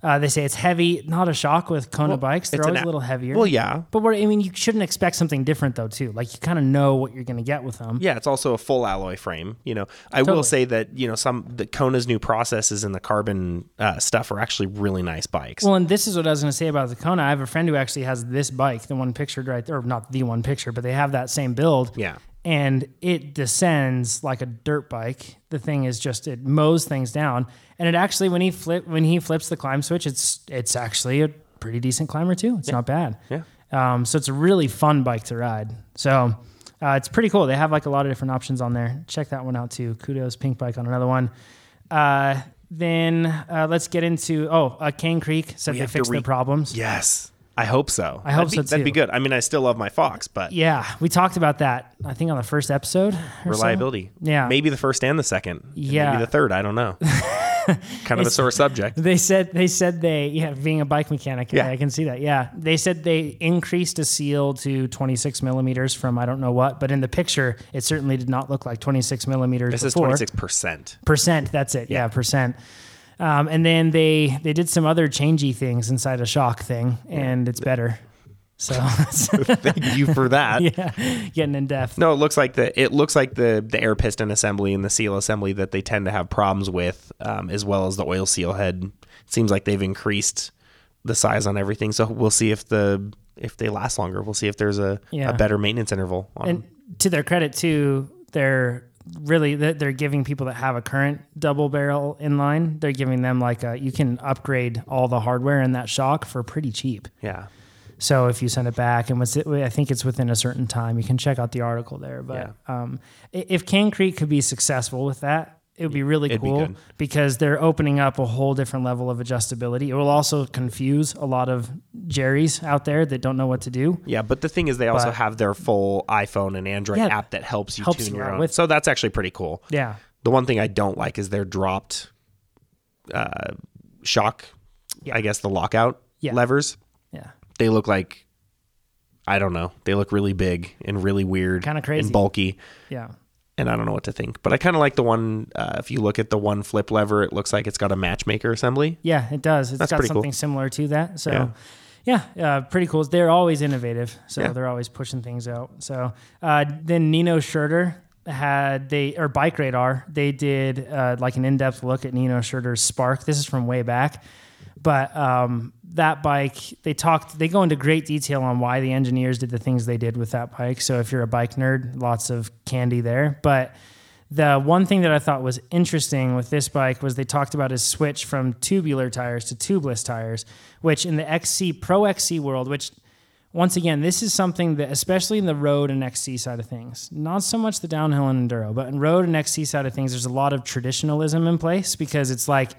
Speaker 1: uh, they say it's heavy not a shock with kona bikes they're
Speaker 2: it's an
Speaker 1: always a
Speaker 2: a-
Speaker 1: little heavier
Speaker 2: Well, yeah.
Speaker 1: but what i mean you shouldn't expect something different though too like you kind of know what you're gonna get with them
Speaker 2: Yeah, it's also a full alloy frame. You know, I will say that you know some the Kona's new processes and the carbon uh, stuff are actually really nice bikes.
Speaker 1: Well, and this is what I was going to say about the Kona. I have a friend who actually has this bike, the one pictured right there, or not the one picture, but they have that same build.
Speaker 2: Yeah.
Speaker 1: And it descends like a dirt bike. The thing is just it mows things down, and it actually when he flip when he flips the climb switch, it's it's actually a pretty decent climber too. It's not bad.
Speaker 2: Yeah.
Speaker 1: Um, so it's a really fun bike to ride. So uh, it's pretty cool. They have like a lot of different options on there. Check that one out too. Kudos Pink Bike on another one. Uh, then uh, let's get into oh uh, Cane Creek said they
Speaker 2: have to
Speaker 1: fixed
Speaker 2: re-
Speaker 1: their problems.
Speaker 2: Yes. I hope so.
Speaker 1: I hope
Speaker 2: that'd be,
Speaker 1: so,
Speaker 2: That'd be
Speaker 1: too.
Speaker 2: good. I mean, I still love my Fox, but
Speaker 1: Yeah, we talked about that. I think on the first episode. or so.
Speaker 2: reliability.
Speaker 1: Yeah.
Speaker 2: Maybe the first and the second. and
Speaker 1: Yeah.
Speaker 2: Maybe the third. I don't know. kind of a sore subject.
Speaker 1: They said they said they yeah being a bike mechanic yeah.
Speaker 2: Yeah.
Speaker 1: I can see that yeah they said they increased a seal to 26 millimeters from I don't know what but in the picture it certainly did not look like 26 millimeters.
Speaker 2: This is
Speaker 1: before.
Speaker 2: 26%.
Speaker 1: percent. That's it. Yeah, percent. Um, and then they they did some other changey things inside a shock thing, and it's better. So
Speaker 2: Thank you for that.
Speaker 1: yeah, getting in depth.
Speaker 2: No, it looks like the it looks like the the air piston assembly and the seal assembly that they tend to have problems with, um, as well as the oil seal head. seems like they've increased the size on everything, so we'll see if the if they last longer. We'll see if there's a,
Speaker 1: Yeah.
Speaker 2: a better maintenance interval. On
Speaker 1: And
Speaker 2: them.
Speaker 1: to their credit, too, they're really they're they're giving people that have a current double barrel inline, they're giving them like a, you can upgrade all the hardware in that shock for pretty cheap.
Speaker 2: yeah,
Speaker 1: So if you send it back, and what's it, I think it's within a certain time, you can check out the article there. But um, i- if Cane Creek could be successful with that, it would be really
Speaker 2: It'd be
Speaker 1: cool
Speaker 2: good.
Speaker 1: because they're opening up a whole different level of adjustability. It will also confuse a lot of Jerry's out there that don't know what to do.
Speaker 2: yeah. But the thing is, they also
Speaker 1: But-
Speaker 2: have their full iPhone and Android
Speaker 1: Yeah,
Speaker 2: app that helps you
Speaker 1: helps
Speaker 2: tune
Speaker 1: you
Speaker 2: your
Speaker 1: out
Speaker 2: own.
Speaker 1: with-
Speaker 2: so that's actually pretty cool.
Speaker 1: Yeah.
Speaker 2: The one thing I don't like is their dropped uh, shock.
Speaker 1: Yeah.
Speaker 2: I guess the lockout
Speaker 1: Yeah.
Speaker 2: levers.
Speaker 1: Yeah.
Speaker 2: they look like I don't know. They look really big and really weird,
Speaker 1: Kinda crazy.
Speaker 2: and bulky,
Speaker 1: Yeah.
Speaker 2: and I don't know what to think. But I kind of like the one. Uh, if you look at the one flip lever, it looks like it's got a matchmaker assembly.
Speaker 1: Yeah, it does. It's
Speaker 2: That's
Speaker 1: got
Speaker 2: pretty cool.
Speaker 1: something similar to that. So, yeah,
Speaker 2: Yeah.
Speaker 1: uh, pretty cool. They're always innovative, so
Speaker 2: Yeah.
Speaker 1: they're always pushing things out. So uh, then Nino Schurter had they or Bike Radar they did uh, like an in-depth look at Nino Schurter's Spark. This is from way back, but um, that bike they talked they go into great detail on why the engineers did the things they did with that bike. So if you're a bike nerd, lots of candy there, but the one thing that I thought was interesting with this bike was they talked about his switch from tubular tires to tubeless tires, which in the XC Pro XC world, which once again, this is something that especially in the road and XC side of things, not so much the downhill and enduro, but in road and XC side of things, there's a lot of traditionalism in place because it's like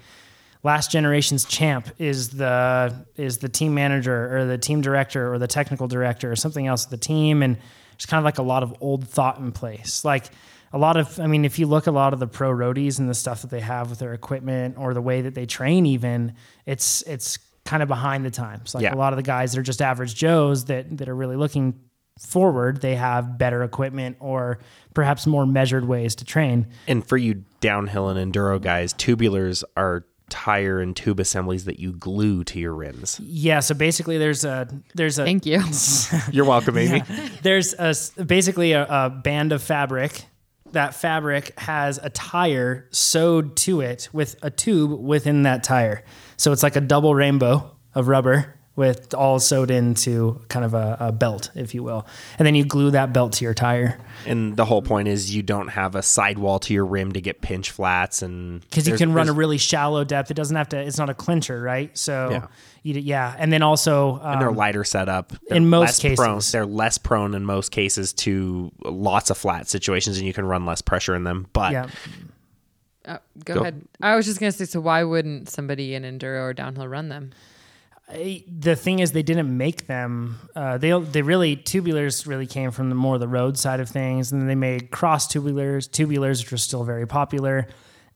Speaker 1: last generation's champ is the is the team manager or the team director or the technical director or something else at the team and there's kind of like a lot of old thought in place like a lot of i mean if you look a lot of the pro roadies and the stuff that they have with their equipment or the way that they train even it's it's kind of behind the times like
Speaker 2: Yeah.
Speaker 1: a lot of the guys that are just average joes that that are really looking forward they have better equipment or perhaps more measured ways to train
Speaker 2: And for you downhill and enduro guys, tubulars are tire and tube assemblies that you glue to your rims.
Speaker 1: yeah so basically there's a there's a
Speaker 3: Thank you. Oh,
Speaker 2: You're welcome, Amy.
Speaker 1: there's a s- basically a, a band of fabric. That fabric has a tire sewed to it with a tube within that tire. So it's like a double rainbow of rubber with all sewed into kind of a, a belt, if you will. And then you glue that belt to your tire.
Speaker 2: And the whole point is you don't have a sidewall to your rim to get pinch flats and
Speaker 1: because you
Speaker 2: there's-
Speaker 1: can run a
Speaker 2: there's-
Speaker 1: really shallow depth. It doesn't have to. It's not a clincher, right? So
Speaker 2: Yeah.
Speaker 1: you d yeah. And then also, um,
Speaker 2: and they're lighter setup They're
Speaker 1: in most
Speaker 2: less prone,
Speaker 1: cases.
Speaker 2: they're less prone in most cases to lots of flat situations, and you can run less pressure in them. But
Speaker 1: yeah,
Speaker 3: Uh, go, ahead. I was just gonna say, so why wouldn't somebody in enduro or downhill run them?
Speaker 1: I- the thing is they didn't make them uh, they they really tubulars really came from the more the road side of things and then they made cross tubulars tubulars which are still very popular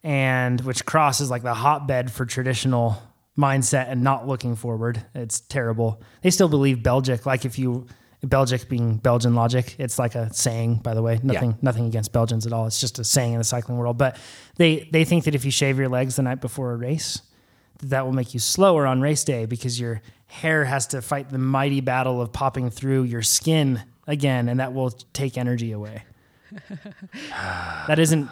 Speaker 1: and which cross is like the hotbed for traditional mindset and not looking forward it's terrible they still believe belgic like if you belgic being belgian logic it's like a saying by the way nothing nothing against belgians at all it's just a saying in the cycling world but they they think that if you shave your legs the night before a race that will make you slower on race day because your hair has to fight the mighty battle of popping through your skin again, and that will take energy away. that isn't.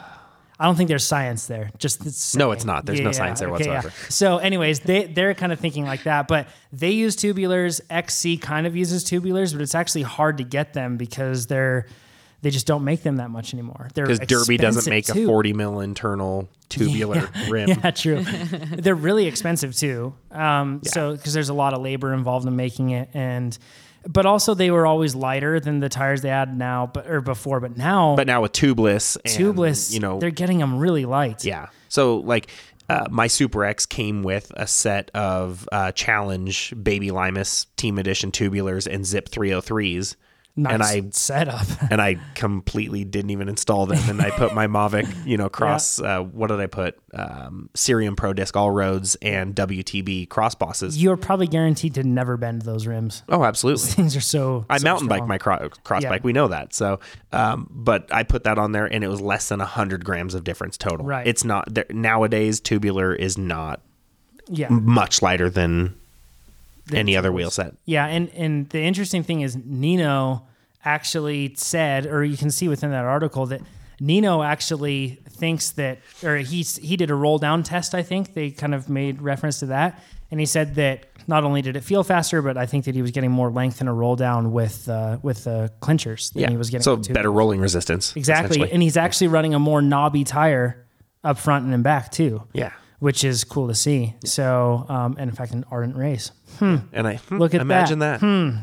Speaker 1: I don't think there's science there. Just it's
Speaker 2: No, it's not. There's no science there whatsoever.
Speaker 1: So, anyways, they they're kind of thinking like that, but they use tubulars. XC kind of uses tubulars, but it's actually hard to get them because they're they just don't make them that much anymore. They're
Speaker 2: because Derby doesn't
Speaker 1: expensive,
Speaker 2: make
Speaker 1: too.
Speaker 2: a 40 mil internal tubular rim.
Speaker 1: Yeah, true. They're really expensive too. Um, So because there's a lot of labor involved in making it, and but also they were always lighter than the tires they had now, but or before. But now,
Speaker 2: But now with tubeless, and,
Speaker 1: tubeless,
Speaker 2: you know,
Speaker 1: they're getting them really light.
Speaker 2: Yeah. So like uh, my Super X came with a set of uh, Challenge Baby Limus Team Edition tubulars and Zip 303s.
Speaker 1: nice
Speaker 2: And I
Speaker 1: setup.
Speaker 2: and I completely didn't even install them and I put my Mavic, you know, cross uh, what did I put? Um Cerium Pro Disc all roads and WTB cross bosses.
Speaker 1: You're probably guaranteed to never bend those rims.
Speaker 2: oh, absolutely.
Speaker 1: Things are so.
Speaker 2: I
Speaker 1: so
Speaker 2: mountain
Speaker 1: strong.
Speaker 2: bike my cro- cross
Speaker 1: Yeah.
Speaker 2: bike. We know that. So, um, but I put that on there, and it was less than hundred grams of difference total.
Speaker 1: Right.
Speaker 2: It's not there, nowadays. Tubular is not
Speaker 1: Yeah,
Speaker 2: much lighter than any other wheel set.
Speaker 1: yeah, and and the interesting thing is Nino actually said, or you can see within that article that Nino actually thinks that, or he s- he did a roll down test. I think they kind of made reference to that, and he said that not only did it feel faster, but I think that he was getting more length in a roll down with uh, with the clinchers than he was getting.
Speaker 2: so
Speaker 1: with two-
Speaker 2: better rolling resistance.
Speaker 1: exactly,
Speaker 2: essentially.
Speaker 1: and he's actually running a more knobby tire up front and in back too.
Speaker 2: yeah.
Speaker 1: which is cool to see. So, um, and in fact, an ardent race.
Speaker 2: And I hmm,
Speaker 1: Look at
Speaker 2: imagine that.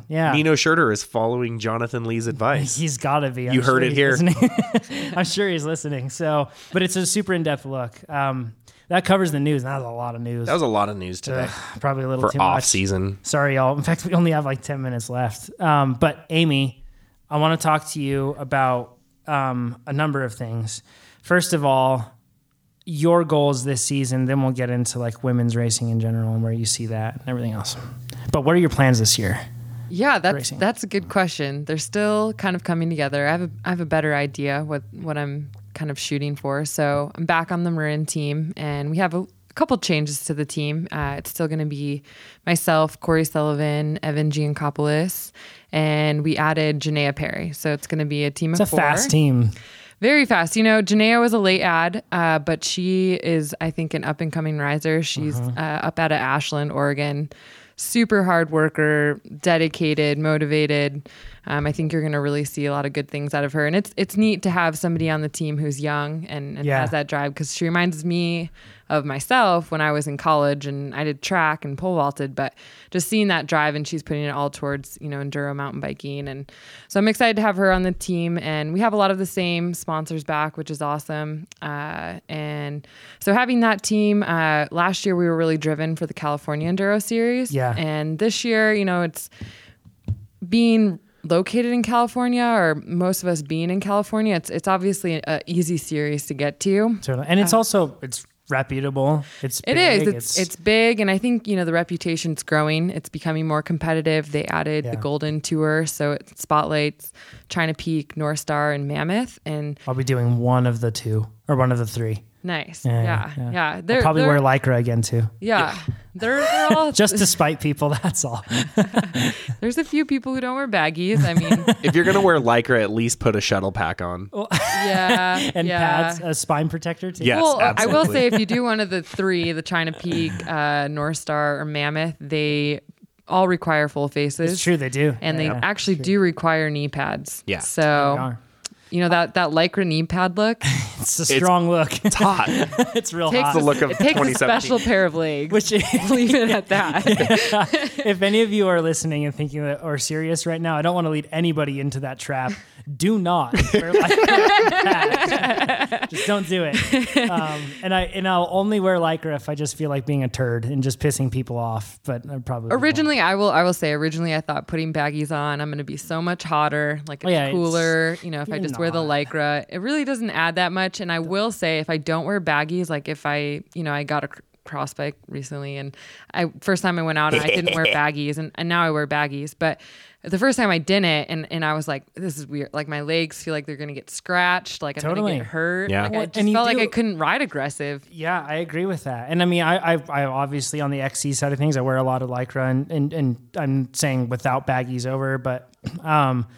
Speaker 1: Yeah.
Speaker 2: Nino Schurter is following Jonathan Lee's advice.
Speaker 1: He's got to be.
Speaker 2: You heard it here.
Speaker 1: here. I'm sure he's listening. So, but it's a super in depth look. Um, that covers the news. That was a lot of news.
Speaker 2: That was a lot of news today
Speaker 1: Probably a little
Speaker 2: for
Speaker 1: too
Speaker 2: off
Speaker 1: much.
Speaker 2: season.
Speaker 1: Sorry, y'all. In fact, we only have like 10 minutes left. Um, but Amy, I want to talk to you about um, a number of things. First of all, your goals this season, then we'll get into like women's racing in general and where you see that and everything else. But what are your plans this year?
Speaker 3: Yeah, that's
Speaker 1: racing?
Speaker 3: that's a good question. They're still kind of coming together. I have a, I have a better idea what what I'm kind of shooting for. So I'm back on the Marin team, and we have a, couple changes to the team. Uh, it's still going to be myself, Corey Sullivan, Evan Giancopoulos, and we added Janaea Perry. So it's going to be a team
Speaker 1: It's
Speaker 3: of
Speaker 1: a
Speaker 3: four.
Speaker 1: fast team.
Speaker 3: Very fast. You know, Janaea was a late ad, uh, but she is, I think, an up and coming riser. She's uh, up out of Ashland, Oregon. Super hard worker, dedicated, motivated. Um, I think you're going to really see a lot of good things out of her, and it's it's neat to have somebody on the team who's young and, and
Speaker 1: Yeah.
Speaker 3: has that drive because she reminds me of myself when I was in college and I did track and pole vaulted, but just seeing that drive and she's putting it all towards, you know, enduro mountain biking. And so I'm excited to have her on the team. And we have a lot of the same sponsors back, which is awesome. Uh, and so having that team, uh, last year we were really driven for the California Enduro Series.
Speaker 1: Yeah.
Speaker 3: And this year, you know, it's, being located in California or most of us being in California, it's it's obviously an easy series to get to.
Speaker 1: Totally. And it's also it's reputable. It's
Speaker 3: Uh, It is.
Speaker 1: big.
Speaker 3: It's, it's big, and I think you know the reputation's growing. It's becoming more competitive. They added the
Speaker 1: Yeah.
Speaker 3: Golden Tour, so it spotlights China Peak, North Star, and Mammoth. And
Speaker 1: I'll be doing one of the two or one of the three.
Speaker 3: nice,
Speaker 1: Yeah,
Speaker 3: yeah,
Speaker 1: yeah,
Speaker 3: yeah.
Speaker 1: yeah.
Speaker 3: They're
Speaker 1: Probably wear
Speaker 3: they're,
Speaker 1: lycra again too,
Speaker 3: yeah. They're, they're all
Speaker 1: just to spite people. That's all.
Speaker 3: there's a few people who don't wear baggies. I mean,
Speaker 2: If you're gonna wear lycra, at least put a shuttle pack on.
Speaker 3: yeah,
Speaker 1: And
Speaker 3: yeah.
Speaker 1: pads, a spine protector too.
Speaker 2: Yes,
Speaker 3: well, I will
Speaker 2: absolutely.
Speaker 3: say if you do one of the three, the China Peak, uh, North Star, or Mammoth, they all require full faces.
Speaker 1: it's true. They do.
Speaker 3: And they
Speaker 1: Yeah.
Speaker 3: actually do require knee pads.
Speaker 2: Yeah.
Speaker 1: They
Speaker 3: So,
Speaker 1: are.
Speaker 3: you know, that, that lycra knee pad look
Speaker 1: It's a strong look.
Speaker 2: It's hot.
Speaker 1: it's real
Speaker 3: takes,
Speaker 1: hot.
Speaker 2: the look of
Speaker 3: it takes a
Speaker 2: 2017.
Speaker 3: special pair of legs.
Speaker 1: Which,
Speaker 3: Leave it at that.
Speaker 1: if any of you are listening and thinking that are serious right now, I don't want to lead anybody into that trap. Do not. wear lycra pads. just don't do it. Um, and I and I'll only wear lycra if I just feel like being a turd and just pissing people off. But I probably won't.
Speaker 3: originally, I will I will say originally I thought putting baggies on, I'm going to be so much hotter, like it's
Speaker 1: Oh, yeah, it's-
Speaker 3: cooler. you know, if I
Speaker 1: you're
Speaker 3: just wear the lycra, it really doesn't add that much. And I will say, if I don't wear baggies, like if I, you know, I got a cr- cross bike recently, and I first time I went out, and I didn't wear baggies, and, and now I wear baggies, but. The first time I didn't, and, and I was like, "This is weird." Like my legs feel like they're gonna get scratched, like I'm
Speaker 1: Totally.
Speaker 3: gonna get hurt.
Speaker 2: Yeah.
Speaker 3: Like
Speaker 1: Well,
Speaker 3: I just
Speaker 1: and you
Speaker 3: felt like
Speaker 1: do-
Speaker 3: I couldn't ride aggressive.
Speaker 1: Yeah, I agree with that. And I mean, I, I, I obviously on the XC side of things, I wear a lot of lycra, and and, and I'm saying without baggies over, but um,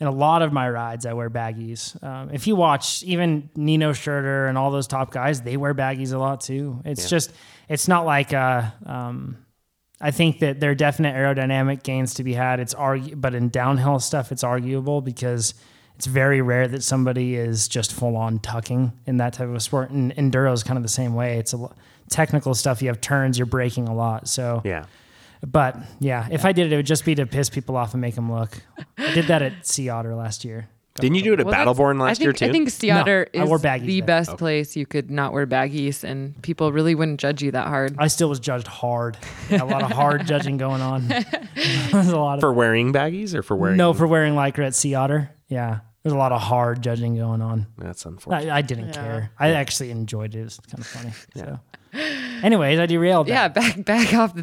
Speaker 1: in a lot of my rides, I wear baggies. Um, if you watch even Nino Schurter and all those top guys, they wear baggies a lot too. It's just, it's not like uh, um, I think that there are definite aerodynamic gains to be had. It's argu- but in downhill stuff, it's arguable because it's very rare that somebody is just full on tucking in that type of a sport. And enduro is kind of the same way. It's a lo- technical stuff. You have turns. You're braking a lot. So
Speaker 2: Yeah.
Speaker 1: But yeah, if I did it, it would just be to piss people off and make them look. I did that at Sea Otter last year.
Speaker 2: Didn't you do it at
Speaker 3: Well, that's-
Speaker 2: Battleborn
Speaker 3: I
Speaker 2: last
Speaker 3: think,
Speaker 2: year too?
Speaker 3: I think Sea
Speaker 1: No,
Speaker 3: Otter
Speaker 1: I
Speaker 3: is
Speaker 1: wore baggies
Speaker 3: the
Speaker 1: then.
Speaker 3: best place you could not wear baggies, and people really wouldn't judge you that hard.
Speaker 1: I still was judged hard. A lot of hard judging going on. There's a lot of
Speaker 2: for wearing baggies or for wearing?
Speaker 1: no for wearing lycra at Sea Otter. Yeah, there's a lot of hard judging going on.
Speaker 2: that's unfortunate.
Speaker 1: I, I didn't care. I actually enjoyed it. It was kind of funny. So, anyways, I derailed. that.
Speaker 3: yeah back back off the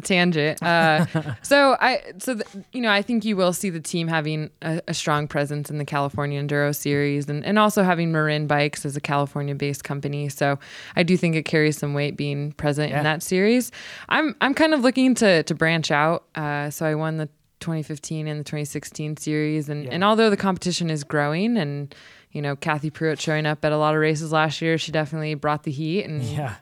Speaker 3: tangent uh, so i so th- you know i think you will see the team having a, a strong presence in the california enduro series and, and also having marin bikes as a california based company so i do think it carries some weight being present
Speaker 1: Yeah.
Speaker 3: in that series i'm i'm kind of looking to to branch out uh, so i won the 2015 and the 2016 series and, and although the competition is growing and you know kathy pruitt showing up at a lot of races last year she definitely brought the heat and
Speaker 1: Yeah.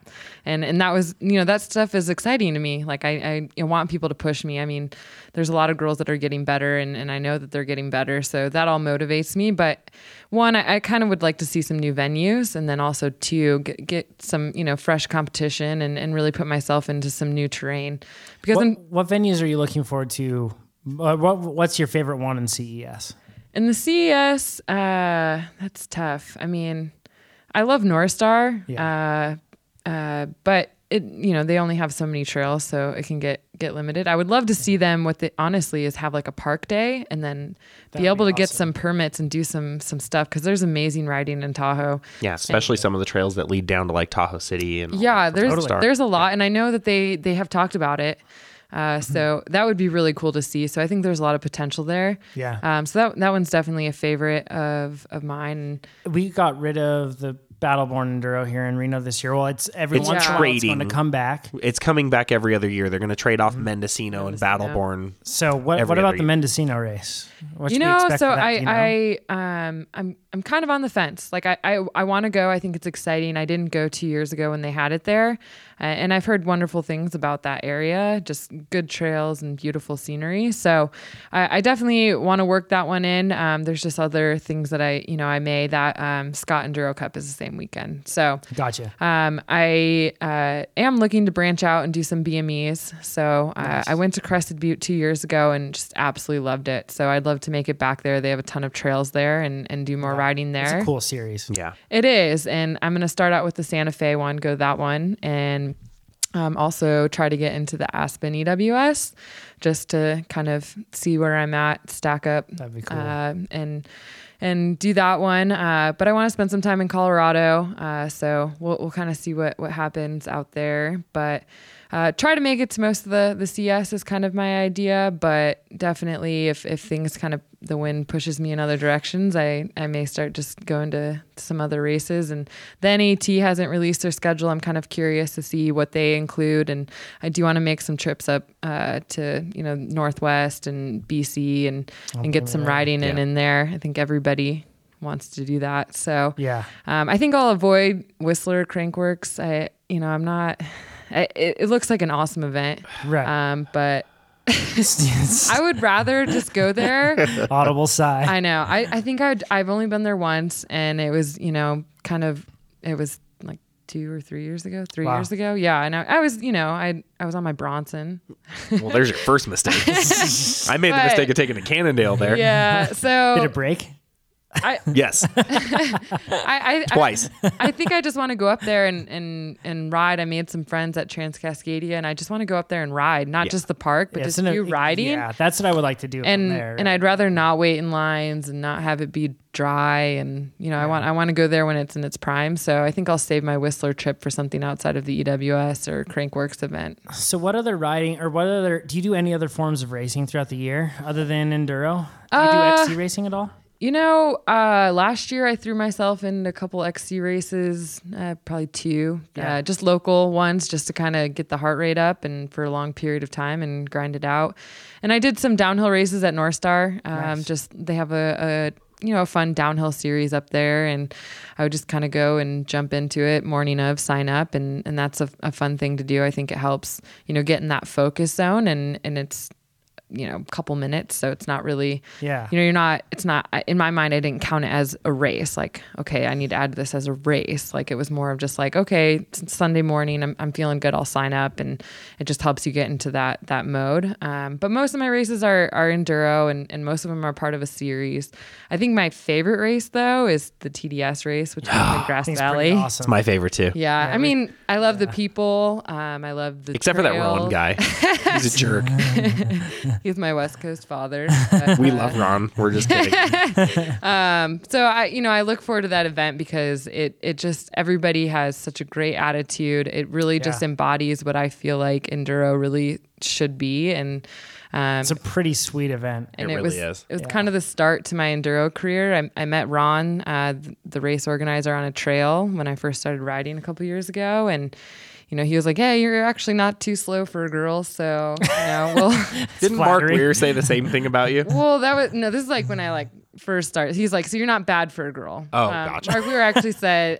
Speaker 3: and and that was you know that stuff is exciting to me like I, I want people to push me i mean there's a lot of girls that are getting better and, and i know that they're getting better so that all motivates me but one i, I kind of would like to see some new venues and then also two get, get some you know fresh competition and, and really put myself into some new terrain because
Speaker 1: What,
Speaker 3: in,
Speaker 1: what venues are you looking forward to? Uh, what, what's your favorite one in E CES?
Speaker 3: in the ces uh, that's tough i mean i love north star uh, uh, but it you know they only have so many trails so it can get get limited i would love to see them what they honestly is have like a park day and then be
Speaker 1: That'd
Speaker 3: able
Speaker 1: be
Speaker 3: to get
Speaker 1: awesome.
Speaker 3: some permits and do some some stuff because there's amazing riding in tahoe
Speaker 2: yeah, especially some of the trails that lead down to like Tahoe City
Speaker 1: Oh,
Speaker 2: and all
Speaker 3: yeah
Speaker 2: that.
Speaker 3: there's
Speaker 2: Totally.
Speaker 3: there's a lot and i know that they they have talked about it uh,
Speaker 1: Mm-hmm.
Speaker 3: so that would be really cool to see. So I think there's a lot of potential there.
Speaker 1: Yeah.
Speaker 3: Um, so that that one's definitely a favorite of of mine.
Speaker 1: We got rid of the Battleborn Enduro here in Reno this year. Well, it's every
Speaker 2: It's
Speaker 1: once in a while it's going to
Speaker 2: trading.
Speaker 1: come back.
Speaker 2: it's coming back every other year. They're going to trade
Speaker 3: Mm-hmm.
Speaker 2: off Mendocino, and Battleborn.
Speaker 1: So what?
Speaker 2: Every
Speaker 1: what
Speaker 2: other
Speaker 1: about the
Speaker 2: year.
Speaker 1: Mendocino race? What
Speaker 3: you
Speaker 1: should we
Speaker 3: know,
Speaker 1: expect
Speaker 3: so
Speaker 1: for that,
Speaker 3: I,
Speaker 1: do you know?
Speaker 3: I, um, I'm, I'm kind of on the fence. Like I, I, I want to go. I think it's exciting. I didn't go two years ago when they had it there, uh, and I've heard wonderful things about that area. Just good trails and beautiful scenery. So I, I definitely want to work that one in. Um, there's just other things that I, you know, I may that um, Scott Enduro Cup is the same weekend. So
Speaker 1: gotcha.
Speaker 3: um, I uh, am looking to branch out and do some BMEs. So uh, I went to Crested Butte two years ago and just absolutely loved it. So I'd love to make it back there. They have a ton of trails there and, and do more riding there.
Speaker 1: It's a cool series.
Speaker 2: Yeah,
Speaker 3: It is. And I'm going to start out with the Santa Fe one, go that one, and um, also try to get into the Aspen EWS just to kind of see where I'm at, stack up.
Speaker 1: That'd be cool.
Speaker 3: Uh, and and do that one, uh, but I want to spend some time in Colorado, uh, so we'll, we'll kind of see what what happens out there. But uh, try to make it to most of the the CS is kind of my idea, but definitely if if things kind of the wind pushes me in other directions, I I may start just going to some other races. And the NAT hasn't released their schedule. I'm kind of curious to see what they include, and I do want to make some trips up uh, to you know Northwest and BC and and get some riding in
Speaker 2: Yeah.
Speaker 3: in there. I think everybody wants to do that. So
Speaker 1: Yeah.
Speaker 3: um, I think I'll avoid Whistler Crankworks. I, you know, I'm not. I, it, it looks like an awesome event,
Speaker 1: Right.
Speaker 3: um, but I would rather just go there.
Speaker 1: Audible sigh.
Speaker 3: I know. I, I think I'd, I've only been there once, and it was, you know, kind of. It was like two or three years ago, three
Speaker 1: Wow.
Speaker 3: years ago. Yeah, and I, I was, you know, I I was on my Bronson.
Speaker 2: well, there's your first mistake. I made the
Speaker 3: But-
Speaker 2: mistake of taking to Cannondale there.
Speaker 3: Yeah,
Speaker 1: Did
Speaker 3: so
Speaker 1: it break?
Speaker 3: I,
Speaker 2: Yes,
Speaker 3: I, I
Speaker 2: twice.
Speaker 3: I think I just want to go up there and, and, and ride. I made some friends at Transcascadia, and I just want to go up there and ride, not just the park, but
Speaker 1: Yeah,
Speaker 3: just
Speaker 1: it's an- e-,
Speaker 3: do riding.
Speaker 1: Yeah, that's what I would like to do. from
Speaker 3: And
Speaker 1: there.
Speaker 3: and I'd rather not wait in lines and not have it be dry. And you know, I want I want to go there when it's in its prime. So I think I'll save my Whistler trip for something outside of the EWS or Crankworks event.
Speaker 1: So, what other riding or what other do you do any other forms of racing throughout the year other than enduro? Do you
Speaker 3: Uh,
Speaker 1: do XC racing at all?
Speaker 3: You know, uh, last year I threw myself in a couple XC races, uh, probably two, uh, just local ones, just to kind of get the heart rate up and for a long period of time and grind it out. And I did some downhill races at North Star. Um, Just they have a, a you know a fun downhill series up there, and I would just kind of go and jump into it morning of, sign up, and and that's a, a fun thing to do. I think it helps you know get in that focus zone, and and it's you know couple minutes so it's not really
Speaker 1: Yeah.
Speaker 3: you know you're not it's not I- in my mind i didn't count it as a race like okay i need to add this as a race like it was more of just like okay it's sunday morning i'm, I'm feeling good i'll sign up and it just helps you get into that that mode um, but most of my races are are enduro and, and most of them are part of a series i think my favorite race though is the tds race which is in grass
Speaker 1: It's
Speaker 3: valley
Speaker 1: pretty awesome.
Speaker 2: It's my favorite too.
Speaker 3: yeah, I mean, I love the people. Um, I love the
Speaker 2: Except for that Ron
Speaker 3: trails.
Speaker 2: guy. He's a jerk.
Speaker 3: He's my West Coast father. But,
Speaker 2: We
Speaker 3: uh,
Speaker 2: love Ron. We're just kidding.
Speaker 3: So I, you know, I look forward to that event because it it just everybody has such a great attitude. It really just
Speaker 1: Yeah.
Speaker 3: embodies what I feel like enduro really should be, and um,
Speaker 1: it's a pretty sweet event.
Speaker 3: and
Speaker 2: It
Speaker 3: was
Speaker 2: really is.
Speaker 3: it was kind of the start to my enduro career. I, I met Ron, uh, th- the race organizer, on a trail when I first started riding a couple years ago, and. You know, he was like, "Hey, you're actually not too slow for a girl, so you know, we'll
Speaker 2: Didn't Mark
Speaker 1: flattering.
Speaker 2: Weir say the same thing about you?
Speaker 3: Well, that was no. This is like when I like first started. He's like, so you're not bad for a girl.
Speaker 2: Oh, gotcha.
Speaker 3: Mark, we were actually said.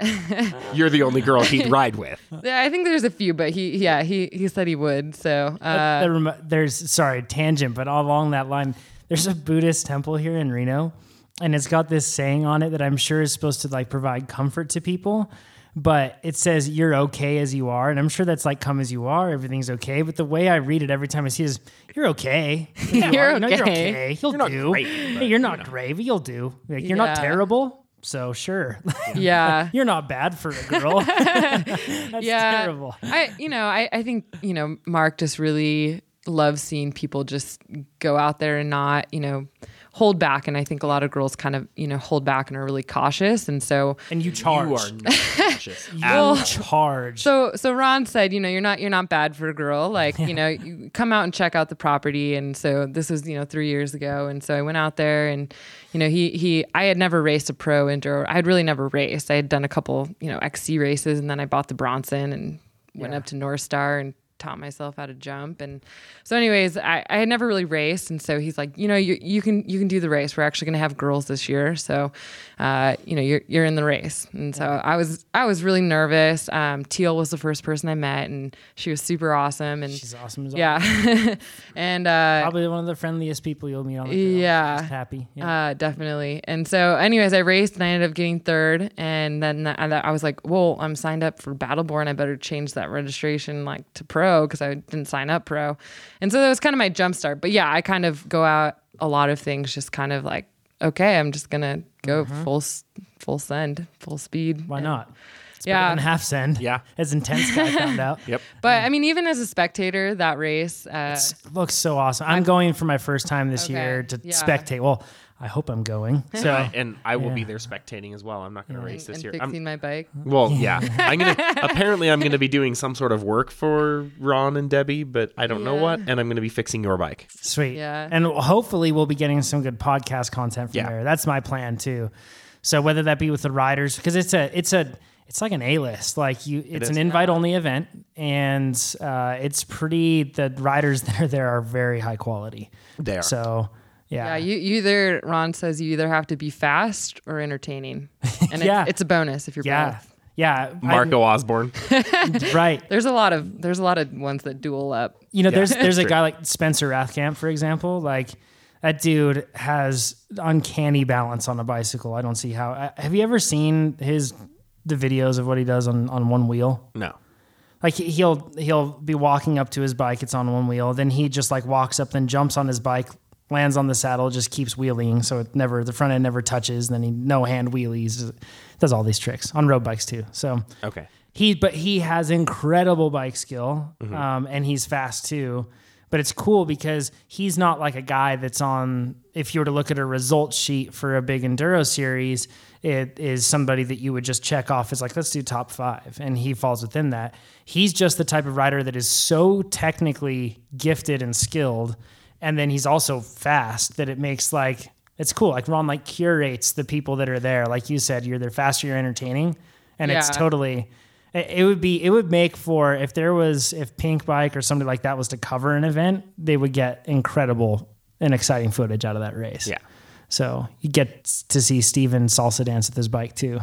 Speaker 2: You're the only girl he'd ride with.
Speaker 3: I think there's a few, but he, yeah, he he said he would. So uh,
Speaker 1: the remo- there's sorry tangent, but all along that line, there's a Buddhist temple here in Reno, and it's got this saying on it that I'm sure is supposed to like provide comfort to people. But it says you're okay as you are, and I'm sure that's like come as you are, everything's okay. But the way I read it every time I see it is you're okay, You are.
Speaker 3: You're
Speaker 1: You know, you're
Speaker 3: okay.
Speaker 1: okay, you'll
Speaker 2: not
Speaker 1: do.
Speaker 2: great,
Speaker 1: Hey, you're not great, but you'll do. Like, you're not
Speaker 3: Yeah.
Speaker 1: terrible, so sure,
Speaker 3: yeah,
Speaker 1: you're not bad for a girl. that's
Speaker 3: yeah.
Speaker 1: terrible.
Speaker 3: I you know I I think you know Mark just really loves seeing people just go out there and not you know hold back and i think a lot of girls kind of you know hold back and are really cautious and so
Speaker 1: And you charge.
Speaker 2: You are not precious.
Speaker 1: You charge.
Speaker 3: So so Ron said, you know, you're not you're not bad for a girl. Like, you know, you come out and check out the property. And so this was, you know, three years ago. And so I went out there and, you know, he he I had never raced a pro enduro. I had really never raced. I had done a couple, you know, XC races and then I bought the Bronson and went up to North Star and taught myself how to jump and so anyways I, I had never really raced and so he's like you know you, you can you can do the race we're actually going to have girls this year so uh, you know you're, you're in the race and so I was I was really nervous um, Teal was the first person I met and she was super awesome and
Speaker 1: She's awesome as always.
Speaker 3: yeah and uh,
Speaker 1: Probably one of the friendliest people you'll meet on the trail.
Speaker 3: Yeah.
Speaker 1: Just happy. Yeah.
Speaker 3: Uh, definitely. And so, anyways, I raced and I ended up getting third. And then I, I was like, well, I'm signed up for Battleborn. I better change that registration like to pro because I didn't sign up pro. And so that was kind of my jump start. But yeah, I kind of go out a lot of things, just kind of like, okay, I'm just gonna go full s- full send, full speed.
Speaker 1: Why not? It's
Speaker 3: Yeah.
Speaker 1: better than half send.
Speaker 2: Yeah.
Speaker 1: As intense guy found out.
Speaker 2: Yep.
Speaker 3: But I mean, even as a spectator, that race, uh,
Speaker 1: Looks so awesome. I'm, going for my first time this
Speaker 3: Okay.
Speaker 1: year to
Speaker 3: Yeah.
Speaker 1: spectate. Well, I hope I'm going. So
Speaker 2: And I will be there spectating as well. I'm not going to race
Speaker 3: and
Speaker 2: this year.
Speaker 3: fixing
Speaker 2: I'm-
Speaker 3: my bike.
Speaker 2: well, yeah. I'm gonna. Apparently, I'm gonna be doing some sort of work for Ron and Debbie, but I don't know
Speaker 3: Yeah.
Speaker 2: what. And I'm gonna be fixing your bike.
Speaker 1: sweet.
Speaker 3: Yeah.
Speaker 1: And hopefully we'll be getting some good podcast content from
Speaker 2: Yeah.
Speaker 1: there. That's my plan too. So whether that be with the riders, because it's a it's a it's like an A list. Like you, it's an
Speaker 2: is.
Speaker 1: invite only event, and uh, it's pretty. The riders that are there are very high quality.
Speaker 2: They are.
Speaker 1: So
Speaker 3: Yeah, you, you either Ron says you either have to be fast or entertaining, and
Speaker 1: Yeah.
Speaker 3: it's, it's a bonus if you're
Speaker 1: Yeah.
Speaker 3: both.
Speaker 1: Yeah. I-
Speaker 2: Marco Osborne.
Speaker 1: right.
Speaker 3: There's a lot of there's a lot of ones that duel up.
Speaker 1: You know, there's there's a guy like Spencer Rathkamp, for example. Like that dude has uncanny balance on a bicycle. I don't see how. I, have you ever seen his the videos of what he does on on one wheel?
Speaker 2: No.
Speaker 1: like he- he'll he'll be walking up to his bike it's on one wheel then he just like walks up then jumps on his bike lands on the saddle just keeps wheeling so it never the front end never touches then he no hand wheelies does all these tricks on road bikes too so
Speaker 2: Okay.
Speaker 1: he but he has incredible bike skill um, and he's fast too but it's cool because he's not like a guy that's on if you were to look at a result sheet for a big enduro series it is somebody that you would just check off as like let's do top five and he falls within that he's just the type of rider that is so technically gifted and skilled and then he's also fast that it makes like it's cool like ron like curates the people that are there like you said you're there faster you're entertaining and it's
Speaker 3: Yeah.
Speaker 1: totally totally it it would be it would make for if there was if pink bike or somebody like that was to cover an event they would get incredible and exciting footage out of that race
Speaker 2: Yeah.
Speaker 1: so you get to see steven salsa dance with his bike too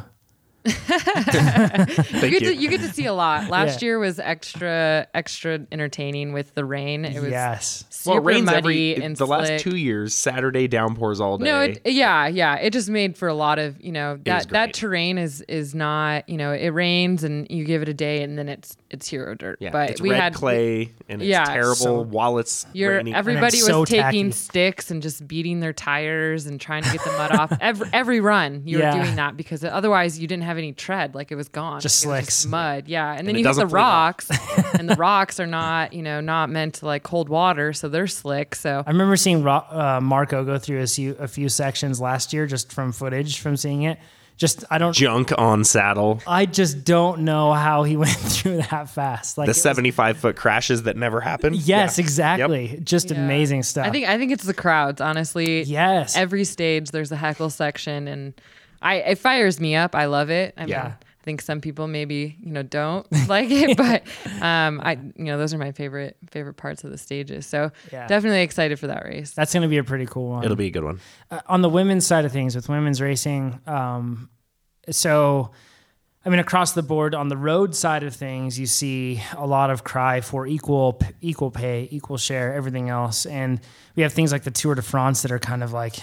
Speaker 2: Thank
Speaker 3: You
Speaker 2: you.
Speaker 3: get, to, you get to see a lot. Last
Speaker 1: Yeah.
Speaker 3: year was extra, extra entertaining with the rain. It was
Speaker 1: yes.
Speaker 3: super muddy and
Speaker 2: the last
Speaker 3: slick.
Speaker 2: two years. Saturday downpours all day.
Speaker 3: No, it, yeah, yeah. It just made for a lot of you know
Speaker 2: was
Speaker 3: that
Speaker 2: great.
Speaker 3: that terrain is is not you know it rains and you give it a day and then it's it's hero dirt.
Speaker 2: yeah,
Speaker 3: but
Speaker 2: it's
Speaker 3: we
Speaker 2: red
Speaker 3: had
Speaker 2: clay and it's
Speaker 3: yeah,
Speaker 2: terrible
Speaker 1: so-
Speaker 2: while it's
Speaker 3: Your,
Speaker 2: raining.
Speaker 3: everybody was
Speaker 1: so tacky.
Speaker 3: taking sticks and just beating their tires and trying to get the mud off. Every, every run you
Speaker 1: Yeah.
Speaker 3: were doing that because otherwise you didn't have any tread, like it was gone.
Speaker 1: Just
Speaker 3: It was
Speaker 1: slicks.
Speaker 3: mud. Yeah, and,
Speaker 2: it
Speaker 3: then you hit
Speaker 2: doesn't
Speaker 3: the
Speaker 2: clean up.
Speaker 3: rocks, and the rocks are not you know not meant to like hold water, so they're slick. So
Speaker 1: I remember seeing Ro- uh, Marco go through a few, a few sections last year just from footage from seeing it. Just I don't
Speaker 2: junk on saddle.
Speaker 1: I just don't know how he went through that fast. Like
Speaker 2: The
Speaker 1: it was-
Speaker 2: seventy-five foot crashes that never happened.
Speaker 1: Yes,
Speaker 2: Yeah.
Speaker 1: exactly. Just amazing stuff.
Speaker 3: I think I think it's the crowds, honestly.
Speaker 1: Yes.
Speaker 3: Every stage there's a heckle section and I it fires me up. I love it. I
Speaker 2: Yeah.
Speaker 3: mean I think some people maybe, you know, don't like it, but um I you know, those are my favorite favorite parts of the stages. So
Speaker 1: Yeah.
Speaker 3: definitely excited for that race.
Speaker 1: that's going to be a pretty cool one.
Speaker 2: It'll be a good one.
Speaker 1: Uh, on the women's side of things with women's racing, um, so I mean across the board on the road side of things, you see a lot of cry for equal p- equal pay, equal share, everything else, and we have things like the Tour de France that are kind of like.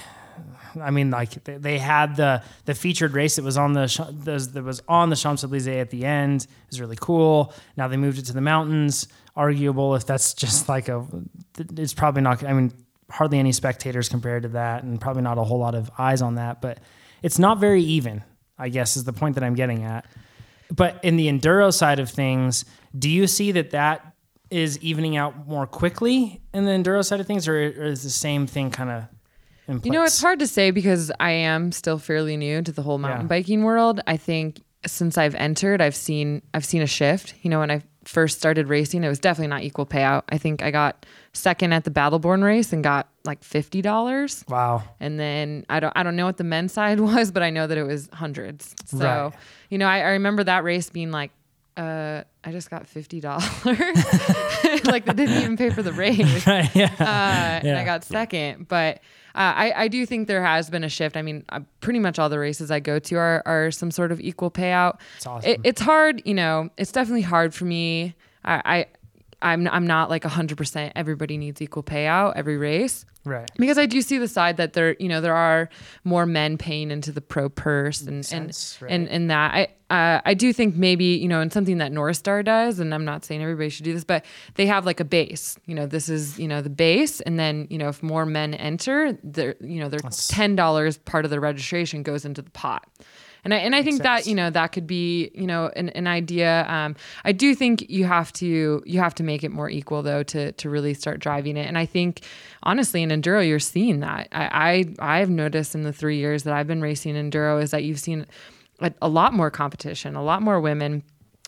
Speaker 1: I mean, like they- they had the the featured race that was on the Cha- those- that was on the Champs Elysees at the end. It was really cool. Now they moved it to the mountains. Arguable if that's just like a. It's probably not. I mean, hardly any spectators compared to that, and probably not a whole lot of eyes on that. But it's not very even. I guess is the point that I'm getting at. But in the enduro side of things, do you see that that is evening out more quickly in the enduro side of things, or, or is the same thing kind of? In place?
Speaker 3: You know, it's hard to say because I am still fairly new to the whole mountain
Speaker 1: Yeah.
Speaker 3: biking world. I think since I've entered, I've seen I've seen a shift. You know, when I first started racing, it was definitely not equal payout. I think I got second at the Battleborn race and got like fifty dollars.
Speaker 1: Wow.
Speaker 3: And then I don't I don't know what the men's side was, but I know that it was hundreds. So
Speaker 1: Right.
Speaker 3: you know, I, I remember that race being like, uh, I just got fifty dollars. like they didn't even pay for the race uh, and I got second. But uh, I, I do think there has been a shift. I mean, uh, pretty much all the races I go to are, are some sort of equal payout. It's
Speaker 1: awesome.
Speaker 3: it's hard, you know. It's definitely hard for me. I, I I'm I'm not like hundred percent. Everybody needs equal payout every race.
Speaker 1: Right.
Speaker 3: Because I do see the side that there, you know, there are more men paying into the pro purse and
Speaker 1: sense,
Speaker 3: and,
Speaker 1: right.
Speaker 3: and and that I uh, I do think maybe you know, and something that Northstar does, and I'm not saying everybody should do this, but they have like a base. You know, this is you know the base, and then you know if more men enter, their you know their ten dollars part of the registration goes into the pot. And I, and I think that you know that could be you know an, an idea. Um, I do think you have to you have to make it more equal though to to really start driving it. And I think honestly in enduro you're seeing that. I I, I have noticed in the three years that I've been racing enduro is that you've seen a, a lot more competition, a lot more women.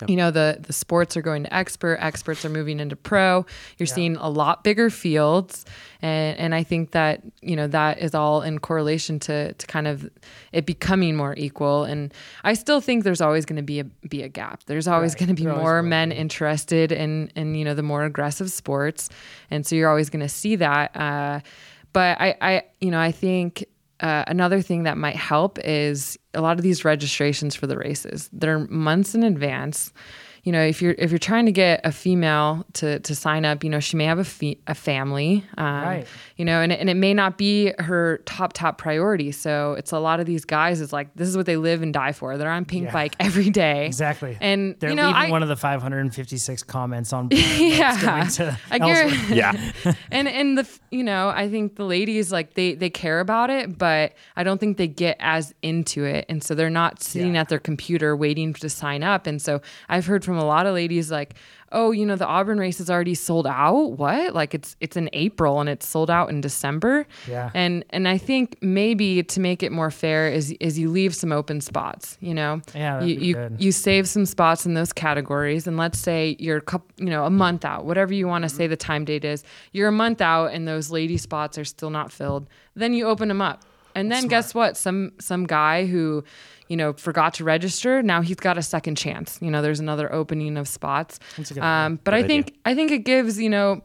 Speaker 3: You know the the sports are going to expert, experts are moving into pro. You're seeing a lot bigger fields, and and I think that you know that is all in correlation to to kind of it becoming more equal. And I still think there's always going to be a be a gap. There's always going to be more men interested in in you know the more aggressive sports, and so you're always going to see that. Uh, but I I you know I think uh, another thing that might help is a lot of these registrations for the races. They're months in advance. You know, if you're if you're trying to get a female to to sign up, you know she may have a fe- a family, um,
Speaker 1: Right.
Speaker 3: you know, and it- and it may not be her top top priority. So it's a lot of these guys. It's like this is what they live and die for. They're on pink bike every day,
Speaker 1: Exactly.
Speaker 3: And
Speaker 1: they're
Speaker 3: you know,
Speaker 1: leaving
Speaker 3: I,
Speaker 1: one of the 556 comments on yeah.
Speaker 3: yeah,
Speaker 1: to
Speaker 3: I guarantee.
Speaker 1: elsewhere.
Speaker 2: Yeah,
Speaker 3: and and the f- you know I think the ladies like they they care about it, but I don't think they get as into it, and so they're not sitting
Speaker 1: Yeah.
Speaker 3: at their computer waiting to sign up. And so I've heard from a lot of ladies like, oh, you know, the Auburn race is already sold out. What? Like it's it's in April and it's sold out in December.
Speaker 1: Yeah.
Speaker 3: And and I think maybe to make it more fair is is you leave some open spots. You know.
Speaker 1: Yeah, that'd
Speaker 3: You
Speaker 1: be
Speaker 3: you,
Speaker 1: good.
Speaker 3: you save some spots in those categories and let's say you're a coup- you know a month out whatever you want to say the time date is you're a month out and those lady spots are still not filled then you open them up and then guess what some some guy who you know forgot to register now he's got a second chance you know there's another opening of spots um, but i think i think it gives you know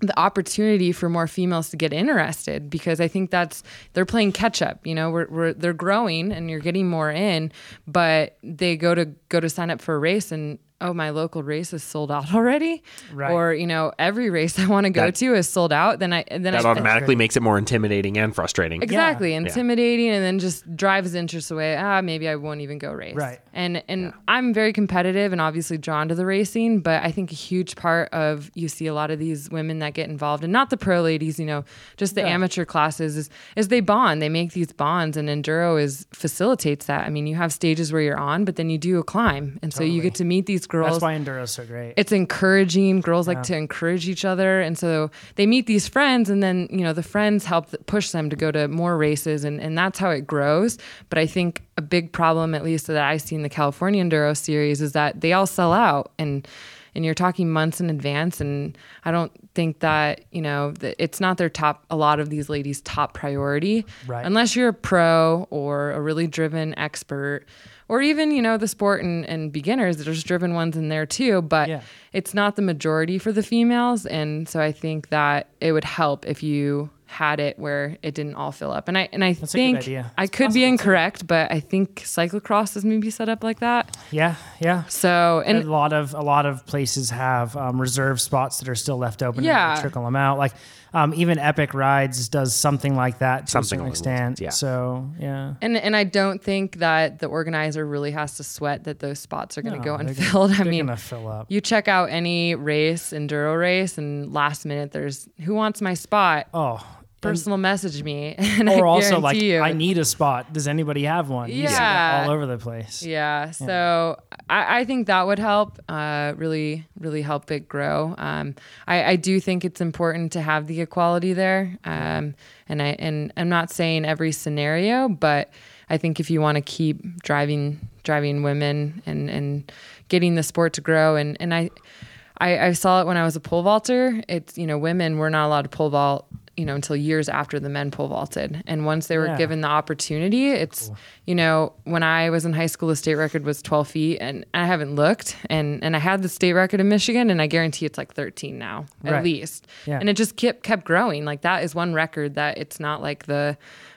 Speaker 3: the opportunity for more females to get interested because I think that's they're playing catch up. You know, we're, we're they're growing and you're getting more in, but they go to go to sign up for a race and oh my local race is sold out already,
Speaker 1: Right.
Speaker 3: or you know every race I want to go
Speaker 2: That-
Speaker 3: to is sold out. Then I then
Speaker 2: That
Speaker 3: I,
Speaker 2: automatically makes it more intimidating and frustrating.
Speaker 3: Exactly, intimidating, and then just drives interest away. Ah, maybe I won't even go race.
Speaker 1: Right.
Speaker 3: And and I'm very competitive and obviously drawn to the racing, but I think a huge part of you see a lot of these women that get involved, and not the pro ladies, you know, just the amateur classes is is they bond. They make these bonds, and enduro is facilitates that. I mean, you have stages where you're on, but then you do a climb, and so you get to meet these girls
Speaker 1: That's why enduro's so great.
Speaker 3: it's encouraging. Girls like to encourage each other, and so they meet these friends, and then you know the friends help th- push them to go to more races, and and that's how it grows. But I think a big problem, at least that I see in the California Enduro Series, is that they all sell out, and and you're talking months in advance, and I don't think that you know that it's not their top. A lot of these ladies' top priority,
Speaker 1: Right.
Speaker 3: unless you're a pro or a really driven expert. Or even, you know, the sport and, and beginners, there's driven ones in there too. But
Speaker 1: Yeah.
Speaker 3: it's not the majority for the females and so i think that it would help if you had it where it didn't all fill up and i and i
Speaker 1: a good
Speaker 3: think
Speaker 1: idea.
Speaker 3: i could be incorrect but i think cyclocross is maybe set up like that
Speaker 1: yeah, yeah.
Speaker 3: so
Speaker 1: a
Speaker 3: and
Speaker 1: lot of a lot of places have um, reserve spots that are still left open. and
Speaker 3: Yeah.
Speaker 1: they trickle them out. Like um, even Epic Rides does something like that to a
Speaker 2: Something
Speaker 1: certain
Speaker 2: along those
Speaker 1: extent.
Speaker 2: lines, yeah.
Speaker 1: So yeah,
Speaker 3: and, and I don't think that the organizer really has to sweat that those spots are going to
Speaker 1: No,
Speaker 3: go
Speaker 1: Oh, they're gonna-
Speaker 3: unfilled. I
Speaker 1: they're
Speaker 3: mean,
Speaker 1: gonna fill up.
Speaker 3: you check out any race, enduro race, and last minute there's who wants my spot?
Speaker 1: Oh,
Speaker 3: Personal message me, and I
Speaker 1: or also like
Speaker 3: guarantee you.
Speaker 1: I need a spot. Does anybody have one? You see that
Speaker 3: Yeah.
Speaker 1: all over the place.
Speaker 3: Yeah. So I, I think that would help uh, really, really help it grow. Um, I, I do think it's important to have the equality there. Um, and I and I'm not saying every scenario, but I think if you want to keep driving driving women and, and getting the sport to grow and, and I I, I saw it when I was a pole vaulter. It's you know women were not allowed to pole vault you know until years after the men pole vaulted, and once they were
Speaker 1: Yeah.
Speaker 3: given the opportunity, it's you know when I was in high school, the state record was 12 feet, and I haven't looked, and and I had the state record in Michigan, and I guarantee it's like 13 now
Speaker 1: Right.
Speaker 3: at least,
Speaker 1: Yeah.
Speaker 3: and it just kept kept growing. Like that is one record that it's not like the.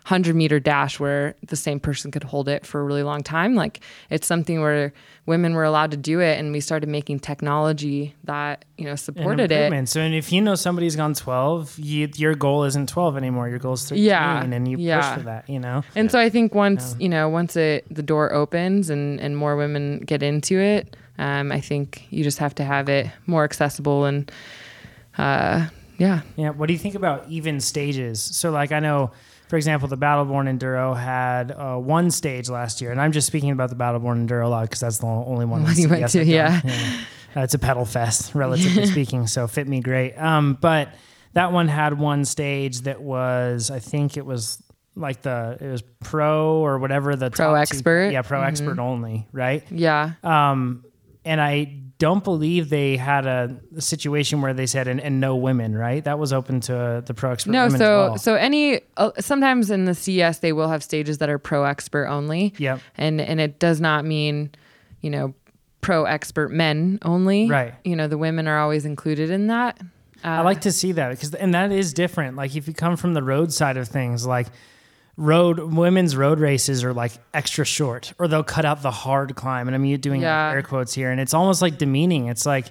Speaker 3: 100 meter dash where the same person could hold it for a really long time. Like it's something where women were allowed to do it and we started making technology that, you know,
Speaker 1: An
Speaker 3: supported it.
Speaker 1: improvement. So, and if you know somebody's gone 12, you, your goal isn't 12 anymore. Your goal is 13,
Speaker 3: Yeah.
Speaker 1: and you
Speaker 3: Yeah.
Speaker 1: push for that. You know,
Speaker 3: And so I think once, you know, once it, the door opens and, and more women get into it, um, I think you just have to have it more accessible and, uh, yeah.
Speaker 1: Yeah. What do you think about even stages? So, like, I know, for example, the Battleborn Enduro had uh, one stage last year, and I'm just speaking about the Battleborn Enduro a lot because that's the only one
Speaker 3: One you went
Speaker 1: CES
Speaker 3: to,
Speaker 1: I've done.
Speaker 3: yeah.
Speaker 1: Uh, it's a pedal fest, relatively speaking. So, fit me great. Um, but that one had one stage that was, I think it was like the it was pro or whatever the
Speaker 3: Pro
Speaker 1: top two-
Speaker 3: expert. Mm-hmm.
Speaker 1: yeah pro expert only right
Speaker 3: Yeah.
Speaker 1: um, and I don't believe they had a situation where they said and, and no women, right? That was open to the pro expert.
Speaker 3: No,
Speaker 1: women as
Speaker 3: so
Speaker 1: well.
Speaker 3: so any uh, sometimes in the CES they will have stages that are pro expert only.
Speaker 1: Yep.
Speaker 3: And and it does not mean, you know, pro expert men only.
Speaker 1: Right.
Speaker 3: You know, the women are always included in that.
Speaker 1: I like to see that because and that is different. Like if you come from the road side of things, like road women's road races are like extra short, or they'll cut out the hard climb. And I'm doing
Speaker 3: Yeah.
Speaker 1: air quotes here, and it's almost like demeaning. It's like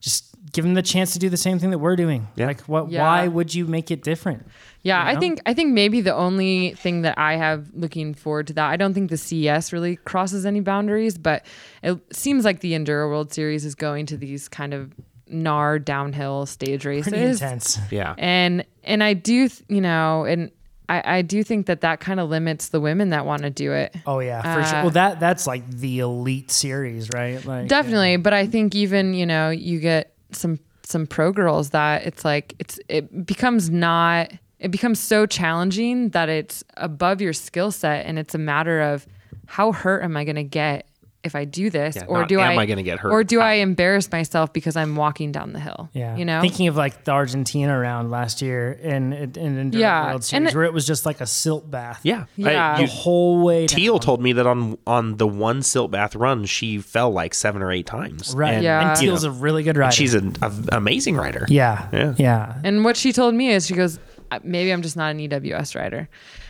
Speaker 1: just give them the chance to do the same thing that we're doing.
Speaker 2: Yeah.
Speaker 1: Like what?
Speaker 3: Yeah.
Speaker 1: Why would you make it different?
Speaker 3: Yeah,
Speaker 1: you
Speaker 3: I
Speaker 1: know?
Speaker 3: think I think maybe the only thing that I have looking forward to that I don't think the CES really crosses any boundaries, but it seems like the Enduro World Series is going to these kind of gnar downhill stage races.
Speaker 1: Pretty intense.
Speaker 2: Yeah.
Speaker 3: and and I do th- you know and I, I do think that that kind of limits the women that want to do it
Speaker 1: Oh yeah, for sure.
Speaker 3: Uh,
Speaker 1: Well, that that's like the elite series, right? Like yeah.
Speaker 3: definitely but I think even you know you get some some pro girls that it's like it's it becomes not it becomes so challenging that it's above your skill set and it's a matter of how hurt am I going to get if I do this,
Speaker 2: Yeah,
Speaker 3: or
Speaker 2: not
Speaker 3: do
Speaker 2: am
Speaker 3: I,
Speaker 2: I gonna get hurt?
Speaker 3: or do I embarrass myself because I'm walking down the hill?
Speaker 1: Yeah,
Speaker 3: you know,
Speaker 1: thinking of like the Argentina round last year in in, in the
Speaker 3: Yeah,
Speaker 1: World
Speaker 3: and
Speaker 1: Series
Speaker 3: it-
Speaker 1: where it was just like a silt bath.
Speaker 2: Yeah.
Speaker 3: Yeah.
Speaker 2: I,
Speaker 1: the
Speaker 2: you,
Speaker 1: whole way. down.
Speaker 2: Teal told me that on on the one silt bath run, she fell like seven or eight times.
Speaker 1: right,
Speaker 2: And
Speaker 3: Yeah.
Speaker 1: and
Speaker 2: you know,
Speaker 1: Teal's a really good rider.
Speaker 2: she's an a, amazing rider.
Speaker 1: yeah,
Speaker 2: Yeah.
Speaker 1: yeah.
Speaker 3: And what she told me is she goes, "Uh, maybe I'm just not an EWS rider.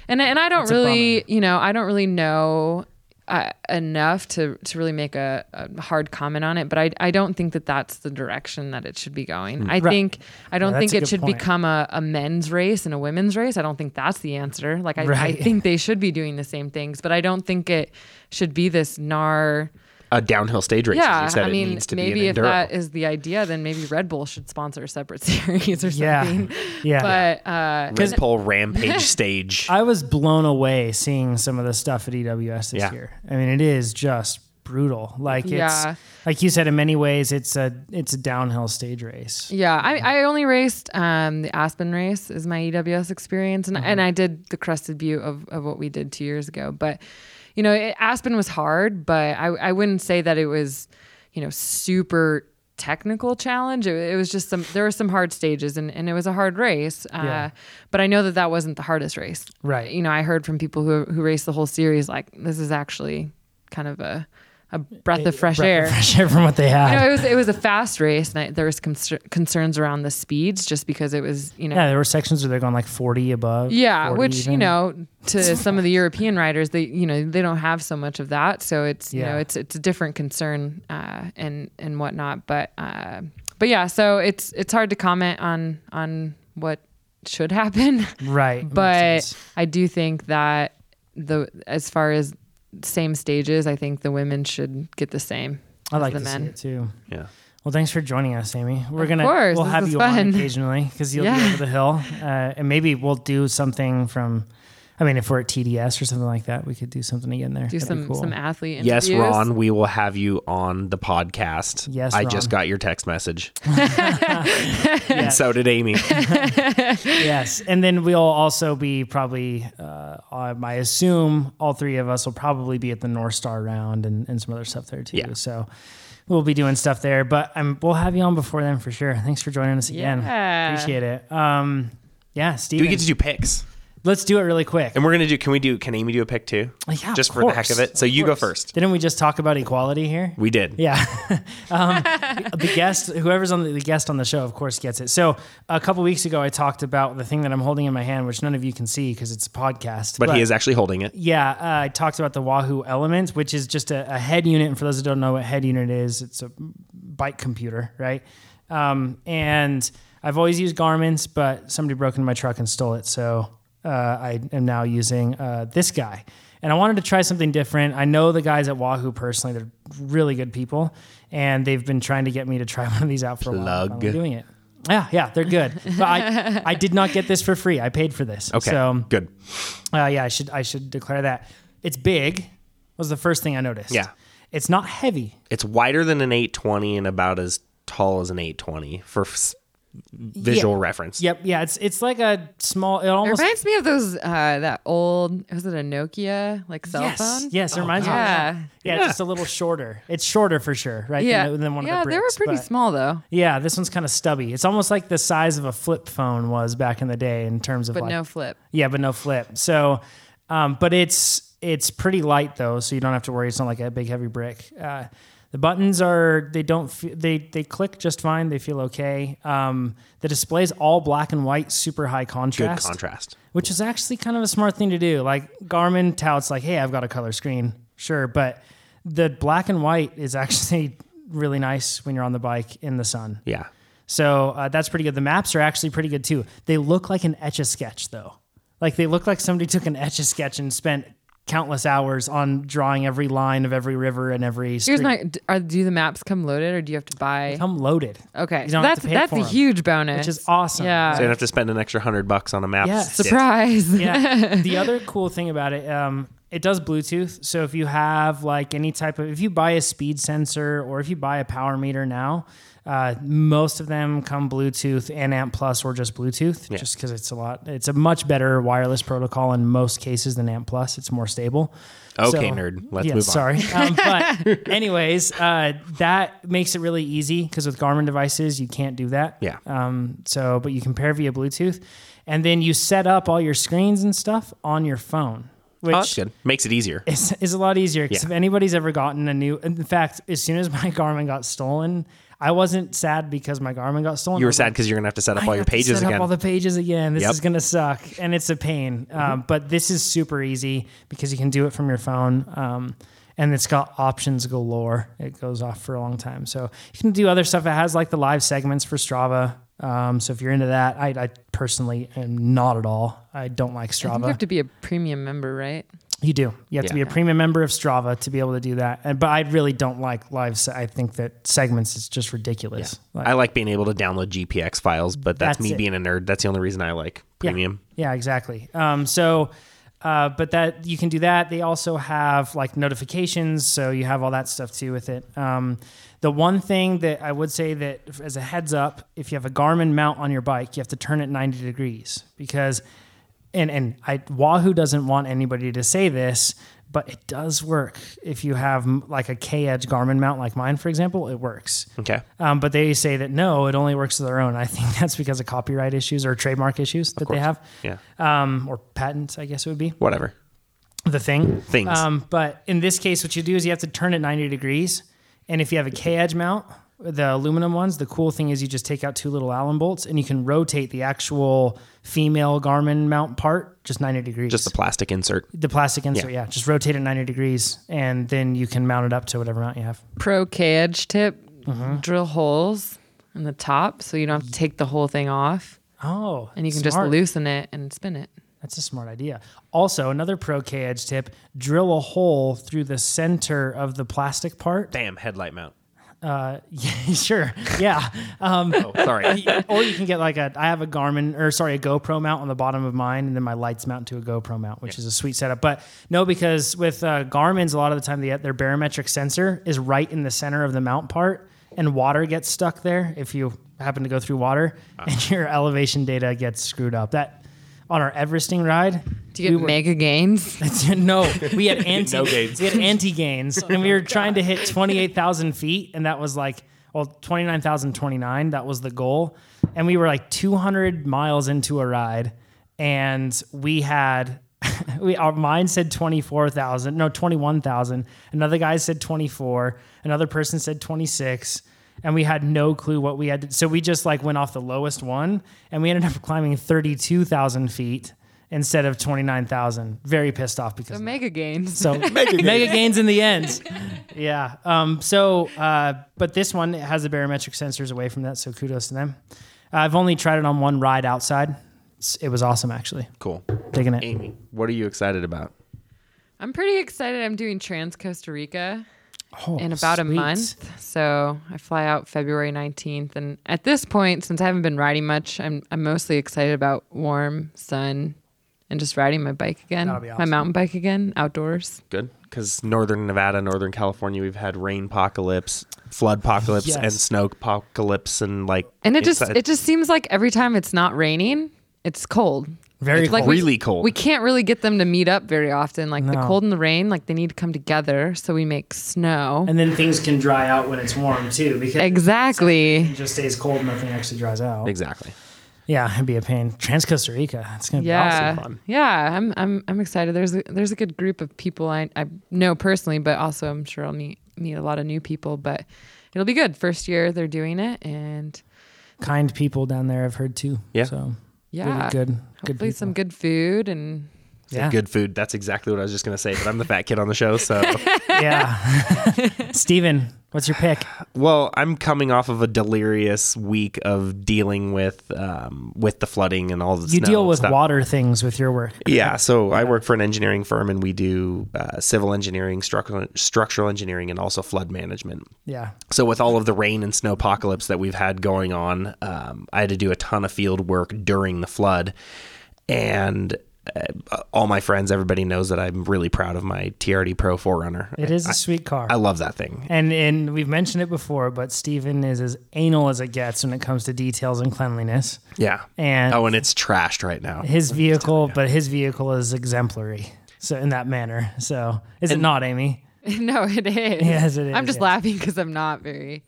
Speaker 3: And, I- and I don't
Speaker 1: a
Speaker 3: really, you know, I don't really know uh, enough to, to really make a, a hard comment on it, but I, I don't think that that's the direction that it should be going.
Speaker 2: Hmm.
Speaker 3: I think, I don't
Speaker 1: that's
Speaker 3: think
Speaker 1: a
Speaker 3: it
Speaker 1: good
Speaker 3: should
Speaker 1: point.
Speaker 3: become a, a men's race and a women's race. I don't think that's the answer. Like, I, I
Speaker 1: Right.
Speaker 3: think they should be doing the same things, but I don't think it should be this gnar.
Speaker 2: A downhill stage race. as
Speaker 3: Yeah,
Speaker 2: you said,
Speaker 3: I
Speaker 2: it
Speaker 3: mean,
Speaker 2: needs to
Speaker 3: maybe
Speaker 2: be an
Speaker 3: if
Speaker 2: enduro.
Speaker 3: that is the idea, then maybe Red Bull should sponsor a separate series or
Speaker 1: Yeah.
Speaker 3: something.
Speaker 1: Yeah.
Speaker 3: But uh,
Speaker 2: Red Bull Rampage stage.
Speaker 1: I was blown away seeing some of the stuff at EWS this
Speaker 2: Yeah.
Speaker 1: year. I mean, it is just brutal. Like it's
Speaker 3: Yeah.
Speaker 1: like you said, in many ways, it's a it's a downhill stage race.
Speaker 3: yeah, I, I only raced um, the Aspen race is my EWS experience, and
Speaker 1: Mm-hmm.
Speaker 3: and I did the Crested Butte of of what we did two years ago. But you know, it, Aspen was hard, but I I wouldn't say that it was you know super technical challenge it, it was just some there were some hard stages and, and it was a hard race uh,
Speaker 1: Yeah.
Speaker 3: but i know that that wasn't the hardest race
Speaker 1: Right.
Speaker 3: you know i heard from people who who raced the whole series like this is actually kind of a a breath of fresh
Speaker 1: Breath
Speaker 3: air
Speaker 1: of fresh air from what they had.
Speaker 3: you know, it was it was a fast race, and I, there was concer- concerns around the speeds just because it was you know
Speaker 1: yeah,
Speaker 3: yeah,
Speaker 1: there were sections where they're going like forty above. 40
Speaker 3: which you
Speaker 1: even.
Speaker 3: know to some of the European riders they you know they don't have so much of that, so it's you
Speaker 1: Yeah.
Speaker 3: know it's it's a different concern uh, and and whatnot, but uh, but yeah, so it's it's hard to comment on on what should happen,
Speaker 1: right? makes
Speaker 3: but
Speaker 1: sense.
Speaker 3: I do think that the as far as same stages, I think the women should get the same.
Speaker 1: I
Speaker 3: as
Speaker 1: like
Speaker 3: the
Speaker 1: to
Speaker 3: men.
Speaker 1: see it too.
Speaker 2: yeah.
Speaker 1: Well, thanks for joining us, Amy. We're
Speaker 3: Of
Speaker 1: gonna
Speaker 3: course,
Speaker 1: we'll
Speaker 3: this
Speaker 1: have
Speaker 3: was
Speaker 1: you on
Speaker 3: fun.
Speaker 1: occasionally because you'll be
Speaker 3: Yeah.
Speaker 1: over the hill, uh, and maybe we'll do something from. I mean, if we're at TDS or something like that, we could do something again there.
Speaker 3: Do
Speaker 1: That'd be
Speaker 3: some some athlete
Speaker 2: Yes,
Speaker 3: interviews.
Speaker 2: Ron, we will have you on the podcast.
Speaker 1: Yes,
Speaker 2: I
Speaker 1: Ron.
Speaker 2: just got your text message.
Speaker 1: Yeah.
Speaker 2: And so did Amy.
Speaker 1: yes, and then we'll also be probably. Uh, um, I assume all three of us will probably be at the North Star round and, and some other stuff there too.
Speaker 2: Yeah.
Speaker 1: So we'll be doing stuff there, but um we'll have you on before then for sure. Thanks for joining us again.
Speaker 3: Yeah.
Speaker 1: Appreciate it. Um, yeah,
Speaker 2: Do
Speaker 1: Steven,
Speaker 2: we get to do picks?
Speaker 1: let's do it really quick.
Speaker 2: And we're gonna do can we do can Amy do a pick too?
Speaker 1: Yeah, of
Speaker 2: just for the heck
Speaker 1: course,
Speaker 2: of it. So you
Speaker 1: course.
Speaker 2: go first.
Speaker 1: Didn't we just talk about equality here?
Speaker 2: We did.
Speaker 1: Yeah. um, the guest, whoever's on the, the guest on the show, of course, gets it. So a couple weeks ago, I talked about the thing that I'm holding in my hand, which none of you can see because it's a podcast.
Speaker 2: But, he is actually holding it.
Speaker 1: Yeah, uh, I talked about the Wahoo Element, which is just a, a head unit. And for those who don't know what head unit is, it's a bike computer, right? Um, and I've always used Garmin's, but somebody broke into my truck and stole it. So uh, I am now using uh, this guy. And I wanted to try something different. I know the guys at Wahoo personally, they're really good people. And they've been trying to get me to try one of these out for a while. I'm
Speaker 2: Plug.
Speaker 1: finally doing it. Yeah, yeah, they're good. But I, I did not get this for free. I paid for this.
Speaker 2: Okay.
Speaker 1: So
Speaker 2: good.
Speaker 1: uh, yeah, I should I should declare that. It's big. Was the first thing I noticed.
Speaker 2: Yeah.
Speaker 1: It's not heavy.
Speaker 2: It's wider than an eight twenty and about as tall as an eight twenty for f- visual reference.
Speaker 1: Yep. Yeah. It's it's like a small. It almost.
Speaker 3: It reminds me of those uh, that old was it a Nokia like cell
Speaker 1: yes.
Speaker 3: phone?
Speaker 1: Yes. It reminds me. Of
Speaker 3: Yeah.
Speaker 1: that. Yeah. It's just a little shorter. It's shorter for sure, right?
Speaker 3: yeah,
Speaker 1: Than, the- than one
Speaker 3: yeah.
Speaker 1: of the bricks,
Speaker 3: they were pretty
Speaker 1: but-
Speaker 3: small though,
Speaker 1: Yeah. This one's kind of stubby. It's almost like the size of a flip phone was back in the day in terms of
Speaker 3: but
Speaker 1: like
Speaker 3: no flip.
Speaker 1: Yeah, but no flip. So, um, but it's it's pretty light though, so you don't have to worry. It's not like a big heavy brick. Uh, the buttons are they don't fe- they they click just fine. They feel okay. Um, the display's all black and white, super high
Speaker 2: Good
Speaker 1: contrast,
Speaker 2: contrast.
Speaker 1: which is actually kind of a smart thing to do. Like Garmin touts, like, hey, I've got a color screen, sure, but the black and white is actually really nice when you're on the bike in the sun.
Speaker 2: Yeah.
Speaker 1: So uh, that's pretty good. The maps are actually pretty good too. They look like an etch a sketch though. Like they look like somebody took an etch a sketch and spent countless hours on drawing every line of every river and every street.
Speaker 3: Here's my d- are do the maps come loaded or do you have to buy?
Speaker 1: Come loaded.
Speaker 3: Okay,
Speaker 1: You
Speaker 3: so
Speaker 1: don't have
Speaker 3: that's
Speaker 1: to pay
Speaker 3: that's
Speaker 1: for
Speaker 3: a
Speaker 1: 'em,
Speaker 3: huge bonus,
Speaker 1: which is awesome.
Speaker 3: Yeah.
Speaker 2: So you don't have to spend an extra hundred bucks on a map.
Speaker 1: Yeah.
Speaker 2: stick.
Speaker 3: surprise.
Speaker 1: yeah. The other cool thing about it, um, it does Bluetooth. So if you have like any type of, if you buy a speed sensor or if you buy a power meter now, Uh, most of them come Bluetooth and AMP Plus or just Bluetooth, just because it's a lot. It's a much better wireless protocol in most cases than AMP Plus. It's more stable.
Speaker 2: Okay, nerd. Let's
Speaker 1: yeah,
Speaker 2: move on.
Speaker 1: Sorry, um, but anyways, uh, that makes it really easy because with Garmin devices you can't do that.
Speaker 2: Yeah.
Speaker 1: Um, so, but you can pair via Bluetooth, and then you set up all your screens and stuff on your phone, which
Speaker 2: Oh, that's good. Makes it easier.
Speaker 1: is, is a lot easier because
Speaker 2: Yeah.
Speaker 1: if anybody's ever gotten a new, in fact, as soon as my Garmin got stolen, I wasn't sad because my Garmin got stolen. I
Speaker 2: You were
Speaker 1: was
Speaker 2: sad because you're gonna have to set up all
Speaker 1: I
Speaker 2: your
Speaker 1: have to
Speaker 2: pages
Speaker 1: set up
Speaker 2: again.
Speaker 1: all the pages again. This
Speaker 2: Yep. Mm-hmm.
Speaker 1: is gonna suck, and it's a pain. Um, but this is super easy because you can do it from your phone, um, and it's got options galore. It goes off for a long time, so you can do other stuff. It has like the live segments for Strava. Um, so if you're into that, I, I personally am not at all. I don't like
Speaker 3: I think
Speaker 1: Strava.
Speaker 3: you have to be a premium member, right?
Speaker 1: You do. You have to be
Speaker 2: Yeah.
Speaker 1: a premium member of Strava to be able to do that. And but I really don't like live. Se- I think that segments is just ridiculous. Like-
Speaker 2: I like being able to download GPX files, but that's,
Speaker 1: That's
Speaker 2: me
Speaker 1: it.
Speaker 2: being a nerd. That's the only reason I like premium.
Speaker 1: Yeah, exactly. Um, so, uh, but that you can do that. They also have like notifications, so you have all that stuff too with it. Um, the one thing that I would say that f- as a heads up, if you have a Garmin mount on your bike, you have to turn it 90 degrees because, and and I Wahoo doesn't want anybody to say this. But it does work if you have m- like a K Edge Garmin mount, like mine, for example. It works.
Speaker 2: Okay.
Speaker 1: Um, but they say that no, it only works to their own. I think that's because of copyright issues or trademark issues that they have,
Speaker 2: Yeah.
Speaker 1: um, or patents, I guess it would be
Speaker 2: Whatever.
Speaker 1: the thing.
Speaker 2: Things.
Speaker 1: Um, but in this case, what you do is you have to turn it 90 degrees. And if you have a K edge mount, the aluminum ones, the cool thing is you just take out two little Allen bolts and you can rotate the actual female Garmin mount part just 90 degrees.
Speaker 2: Just the plastic insert.
Speaker 1: the plastic insert, yeah. Just rotate it 90 degrees and then you can mount it up to whatever mount you have.
Speaker 3: Pro K edge tip:
Speaker 1: Mm-hmm.
Speaker 3: drill holes in the top so you don't have to take the whole thing off,
Speaker 1: Oh.
Speaker 3: and you can
Speaker 1: smart.
Speaker 3: just loosen it and spin it.
Speaker 1: That's a smart idea. Also, another pro K edge tip drill a hole through the center of the plastic part.
Speaker 2: Damn, headlight mount.
Speaker 1: Uh, yeah, sure. Yeah. Um,
Speaker 2: Oh, sorry.
Speaker 1: or you can get like a, I have a Garmin or sorry, a GoPro mount on the bottom of mine, and then my lights mount to a GoPro mount, which is a sweet setup. But no, because with uh, Garmin's, a lot of the time, they, their barometric sensor is right in the center of the mount part, and water gets stuck there if you happen to go through water, and your elevation data gets screwed up. That on our Everesting ride,
Speaker 3: Do you get mega gains?
Speaker 1: That's- no, we had anti
Speaker 2: gains.
Speaker 1: we had anti gains, and we were trying to hit twenty eight thousand feet, and that was like well twenty nine thousand twenty nine. That was the goal, and we were like two hundred miles into a ride, and we had. We, our mine said 24,000, no, 21,000. Another guy said 24. Another person said 26. And we had no clue what we had to, So we just like went off the lowest one and we ended up climbing 32,000 feet instead of 29,000. Very pissed off because
Speaker 3: So mega gains.
Speaker 1: so mega, gains in the end. Yeah. Um, so, uh, but this one it has the barometric sensors away from that, so kudos to them. Uh, I've only tried it on one ride outside. It's, it was awesome, actually.
Speaker 2: cool.
Speaker 1: Digging it.
Speaker 2: Amy, what are you excited about?
Speaker 3: I'm pretty excited. I'm doing Trans Costa Rica.
Speaker 1: Oh,
Speaker 3: in about a
Speaker 1: sweet.
Speaker 3: month. So I fly out February 19th. And at this point, since I haven't been riding much, I'm, I'm mostly excited about warm sun and just riding my bike again,
Speaker 1: That'll be
Speaker 3: my
Speaker 1: awesome.
Speaker 3: mountain bike again, outdoors.
Speaker 2: Good. Because northern Nevada, northern California, we've had rain apocalypse, flood apocalypse,
Speaker 1: Yes.
Speaker 2: and snow apocalypse, and like
Speaker 3: And it just,
Speaker 2: it's- uh,
Speaker 3: it just seems like every time it's not raining, it's cold.
Speaker 1: Very
Speaker 3: It's like
Speaker 1: cool.
Speaker 3: we-
Speaker 2: Really cold.
Speaker 3: We can't really get them to meet up very often. Like the
Speaker 1: No.
Speaker 3: cold and the rain, like they need to come together. So we make snow.
Speaker 1: And then things can dry out when it's warm, too, because
Speaker 3: exactly.
Speaker 1: it just stays cold, nothing actually dries out.
Speaker 2: exactly.
Speaker 1: Yeah, it'd be a pain. Trans Costa Rica. It's going to
Speaker 3: Yeah,
Speaker 2: Awesome fun.
Speaker 3: yeah. I'm I'm I'm excited. There's a, there's a good group of people I I know personally, but also I'm sure I'll meet meet a lot of new people. But it'll be good. First year they're doing it, and
Speaker 1: be kind people down there, I've heard, too.
Speaker 2: Yeah.
Speaker 1: So,
Speaker 3: yeah,
Speaker 1: really good. Good
Speaker 3: Hopefully
Speaker 1: people.
Speaker 3: some good food and
Speaker 1: yeah.
Speaker 2: Good food. That's exactly what I was just gonna say. But I'm the fat kid on the show, so
Speaker 1: yeah. Steven, what's your pick?
Speaker 2: Well, I'm coming off of a delirious week of dealing with um, with the flooding and all the
Speaker 1: You
Speaker 2: snow
Speaker 1: deal
Speaker 2: and
Speaker 1: with
Speaker 2: stuff.
Speaker 1: water things with your work.
Speaker 2: Yeah, so I work for an engineering firm and we do uh, civil engineering, structural structural engineering, and also flood management.
Speaker 1: Yeah.
Speaker 2: So with all of the rain and snow apocalypse that we've had going on, um, I had to do a ton of field work during the flood, and uh, all my friends, everybody knows that I'm really proud of my TRD Pro 4Runner.
Speaker 1: It is a sweet car.
Speaker 2: I love that thing.
Speaker 1: and and we've mentioned it before, but Steven is as anal as it gets when it comes to details and cleanliness.
Speaker 2: Yeah.
Speaker 1: And
Speaker 2: oh, and it's trashed right now.
Speaker 1: his vehicle, but his vehicle is exemplary. So in that manner. So is it not, Amy?
Speaker 3: no, it is.
Speaker 1: Yes, it
Speaker 3: I'm
Speaker 1: is,
Speaker 3: just
Speaker 1: yes.
Speaker 3: laughing because I'm not very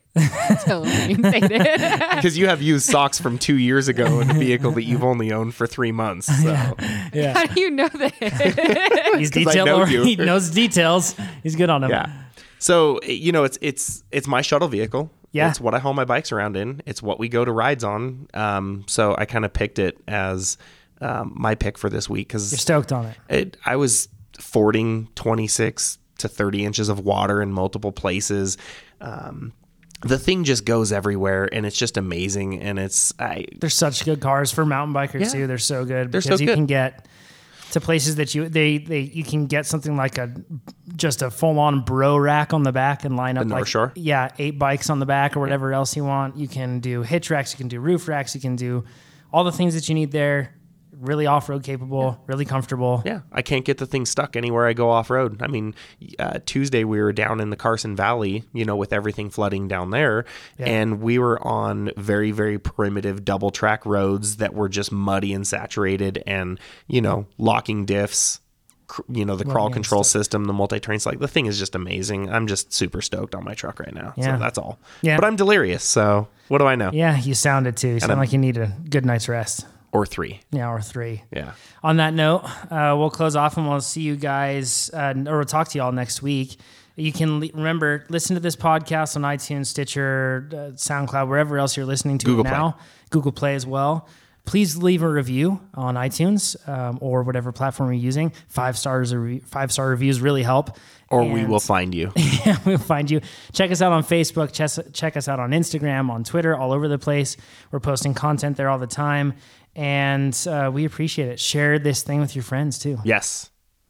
Speaker 3: orientated.
Speaker 2: Because you have used socks from two years ago in a vehicle that you've only owned for three months. So
Speaker 3: How do you know that?
Speaker 1: He's
Speaker 2: 'Cause I
Speaker 1: detail
Speaker 2: know
Speaker 1: or he
Speaker 2: you.
Speaker 1: knows details. He's good on them.
Speaker 2: yeah. So you know, it's it's it's my shuttle vehicle.
Speaker 1: Yeah.
Speaker 2: It's what I haul my bikes around in. It's what we go to rides on. Um, so I kind of picked it as um, my pick for this week because
Speaker 1: You're stoked on it.
Speaker 2: it, I was fording 26 to 30 inches of water in multiple places. Um, the thing just goes everywhere and it's just amazing. And it's, I,
Speaker 1: They're such good cars for mountain bikers too. They're so good
Speaker 2: They're so
Speaker 1: because you
Speaker 2: good.
Speaker 1: can get to places that you they they you can get something like a just a full on bro rack on the back and line up
Speaker 2: North
Speaker 1: like
Speaker 2: Shore?
Speaker 1: yeah eight bikes on the back or whatever else you want. You can do hitch racks, you can do roof racks, you can do all the things that you need there. Really off road capable, really comfortable.
Speaker 2: yeah, I can't get the thing stuck anywhere I go off road. I mean, uh, Tuesday we were down in the Carson Valley, you know, with everything flooding down there, and we were on very, very primitive double track roads that were just muddy and saturated, and you know, locking diffs. cr- You know the crawl
Speaker 1: and
Speaker 2: control system, the multi train like the thing is just amazing. I'm just super stoked on my truck right now.
Speaker 1: Yeah.
Speaker 2: So that's all.
Speaker 1: Yeah.
Speaker 2: But I'm delirious, so what do I know?
Speaker 1: Yeah, you sounded too. You sound like you need a good night's rest.
Speaker 2: Or three.
Speaker 1: Yeah, or three.
Speaker 2: Yeah.
Speaker 1: on that note, uh, we'll close off and we'll see you guys, uh, or we'll talk to y'all next week. You can le- remember listen to this podcast on iTunes, Stitcher, uh, SoundCloud, wherever else you're listening to
Speaker 2: Google
Speaker 1: it
Speaker 2: Play.
Speaker 1: now. Google Play as well. Please leave a review on iTunes um, or whatever platform you're using. Five stars, or re- five star reviews really help.
Speaker 2: Or we
Speaker 1: And-
Speaker 2: will find you.
Speaker 1: we'll find you. Check us out on Facebook. Check, check us out on Instagram, on Twitter, all over the place. We're posting content there all the time. And uh, we appreciate it. Share this thing with your friends too.
Speaker 2: yes.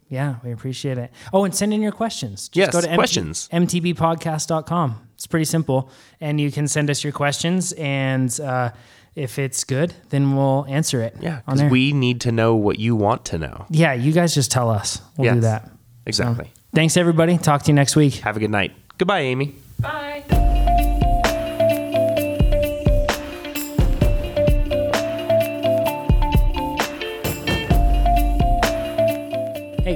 Speaker 1: Yeah, we appreciate it. Oh, and send in your questions. Just
Speaker 2: Yes,
Speaker 1: go to M-
Speaker 2: questions.
Speaker 1: mtbpodcast.com. It's pretty simple. And you can send us your questions. And uh, if it's good, then we'll answer it.
Speaker 2: Yeah.
Speaker 1: On
Speaker 2: Because
Speaker 1: there.
Speaker 2: we need to know what you want to know.
Speaker 1: yeah, you guys just tell us. We'll do
Speaker 2: Yes.
Speaker 1: that.
Speaker 2: Exactly.
Speaker 1: Thanks, everybody. Talk to you next week.
Speaker 2: Have a good night. Goodbye, Amy.
Speaker 3: Bye.
Speaker 1: Hey